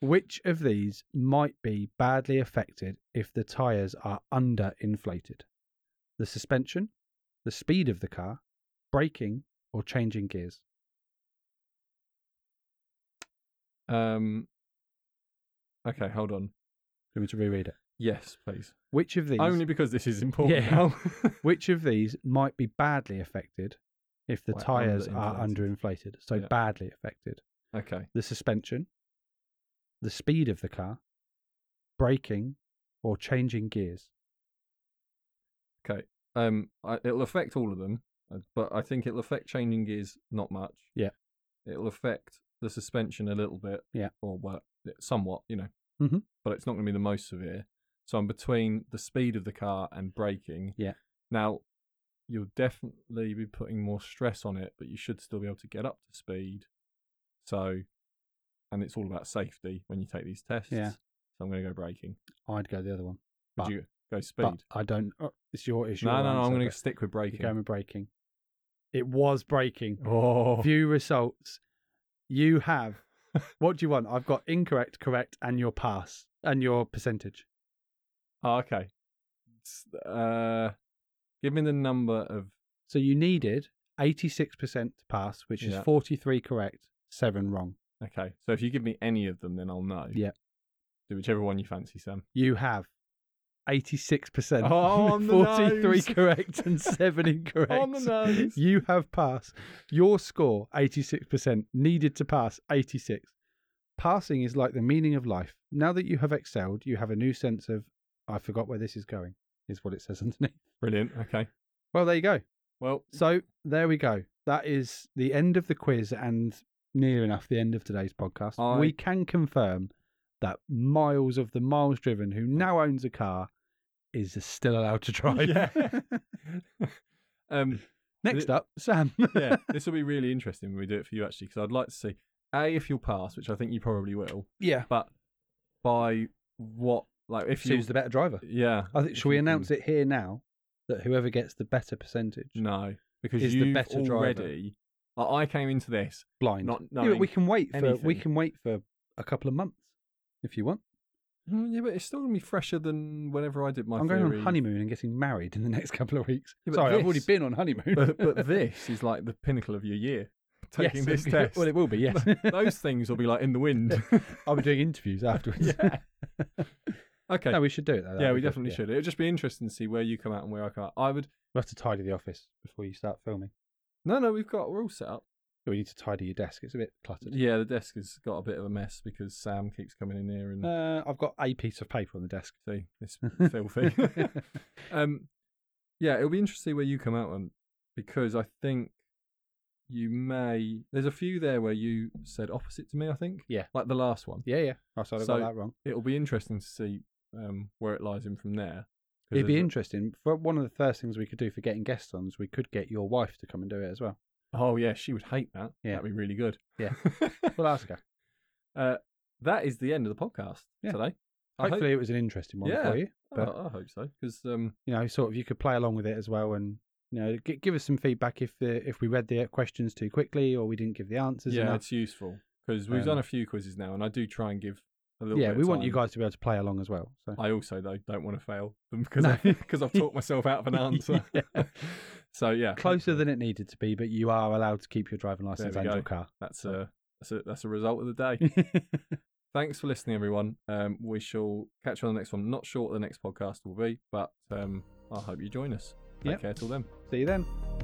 S1: Which of these might be badly affected if the tyres are underinflated? The suspension, the speed of the car, braking, or changing gears?
S2: um, okay, hold
S1: Do
S2: on.
S1: you want me to reread it?
S2: Yes, please.
S1: Which of these?
S2: Only because this is important
S1: Yeah.
S2: now.
S1: Which of these might be badly affected if the
S2: Like
S1: tyres are
S2: underinflated.
S1: underinflated? So
S2: Yeah.
S1: badly affected.
S2: okay.
S1: the suspension, the speed of the car, braking, or changing gears.
S2: Okay. Um, I, it'll affect all of them, uh, but I think it'll affect changing gears not much.
S1: Yeah.
S2: It'll affect the suspension a little bit.
S1: Yeah.
S2: Or well, it- somewhat, you know.
S1: Mhm.
S2: But it's not going to be the most severe. So I'm between the speed of the car and braking.
S1: Yeah.
S2: Now, you'll definitely be putting more stress on it, but you should still be able to get up to speed. So, and it's all about safety when you take these tests.
S1: Yeah.
S2: So I'm going to go braking.
S1: I'd go the other one,
S2: Would
S1: But-
S2: you go speed?
S1: but I don't. oh, it's your issue.
S2: no, no, no. I'm going to stick with braking.
S1: You're going with braking. It was braking.
S2: Oh,
S1: View results. You have. what do you want? I've got incorrect, correct, and your pass and your percentage.
S2: Oh, okay. S- Uh, give me the number of.
S1: So you needed 86% to pass, which is
S2: Yeah.
S1: 43 correct, seven wrong.
S2: Okay, so if you give me any of them, then I'll know.
S1: Yeah.
S2: Do whichever one you fancy, Sam.
S1: You have 86%.
S2: Oh, on the
S1: 43
S2: nose.
S1: correct and 7 incorrect.
S2: On the nose.
S1: You have passed. Your score, 86%, needed to pass 86. Passing is like the meaning of life. Now that you have excelled, you have a new sense of, I forgot where this is going, is what it says underneath.
S2: Brilliant. Okay.
S1: Well, there you go.
S2: Well,
S1: So there we go. That is the end of the quiz and near enough the end of today's podcast.
S2: I-
S1: We can confirm that Miles of the Miles Driven, who now owns a car, is still allowed to drive.
S2: Yeah. um,
S1: Next up, Sam.
S2: yeah, this will be really interesting when we do it for you actually, because I'd like to see a if you'll pass, which I think you probably will,
S1: yeah.
S2: but by what like if you
S1: Who's the better driver?
S2: yeah.
S1: I think
S2: if
S1: shall we
S2: you can-
S1: announce it here now that whoever gets the better percentage
S2: No, because
S1: Is the
S2: you've
S1: better driver.
S2: already. Like, I came into this
S1: blind.
S2: Not
S1: yeah, but we
S2: knowing
S1: can wait for we
S2: anything.
S1: can wait for a couple of months if you want.
S2: Mm, yeah, but it's still gonna be fresher than whenever I did my.
S1: I'm going on
S2: theory.
S1: honeymoon and getting married in the next couple of weeks.
S2: Yeah, but
S1: Sorry, I've already
S2: this-
S1: been on honeymoon.
S2: but, but this is like the pinnacle of your year. Taking
S1: Yes,
S2: this
S1: it-
S2: test,
S1: Well, it will be, yes.
S2: those things will be like in the wind.
S1: I'll be doing interviews afterwards.
S2: yeah. Okay.
S1: No, we should do it though.
S2: yeah,
S1: That'd
S2: we
S1: be good,
S2: definitely
S1: yeah.
S2: should. It'd just be interesting to see where you come out and where I come out. I would.
S1: We'll have to tidy the office before you start filming.
S2: No, no, we've got we're all set up.
S1: We need to tidy your desk. It's a bit cluttered.
S2: Yeah, the desk has got a bit of a mess because Sam keeps coming in here and
S1: Uh, I've got a piece of paper on the desk.
S2: see it's filthy. um, yeah, it'll be interesting to see where you come out on because I think you may. There's a few there where you said opposite to me. I think.
S1: Yeah.
S2: Like the last one.
S1: yeah, yeah. I said I
S2: So-
S1: got that wrong.
S2: It'll be interesting to see um, where it lies in from there. 'cause
S1: It'd be
S2: there's a-
S1: interesting. For one of the first things we could do for getting guests on is we could get your wife to come and do it as well.
S2: Oh yeah, she would hate that.
S1: Yeah.
S2: That'd be really good.
S1: Yeah. We'll ask her.
S2: uh, that is the end of the podcast
S1: Yeah.
S2: today. I hope-
S1: Hopefully, it was an interesting one
S2: Yeah.
S1: for you. but-
S2: Oh, I hope so because um,
S1: You know, sort of, you could play along with it as well, and you know, g- give us some feedback if uh, if we read the questions too quickly or we didn't give the answers.
S2: yeah,
S1: enough.
S2: it's useful because we've
S1: Um,
S2: done a few quizzes now, and I do try and give a little.
S1: yeah,
S2: bit
S1: we
S2: of
S1: want you
S2: time.
S1: guys to be able to play along as well. So
S2: I also though don't want to fail them because
S1: No.
S2: because I've talked myself out of an answer.
S1: Yeah.
S2: so yeah,
S1: closer
S2: hopefully.
S1: than it needed to be, but you are allowed to keep your driving license
S2: we
S1: and
S2: go.
S1: your car.
S2: that's a that's a that's a result of the day. thanks for listening, everyone. Um, we shall catch you on the next one. Not sure what the next podcast will be, but um, I hope you join us. Take
S1: Yep.
S2: care till then.
S1: See you then.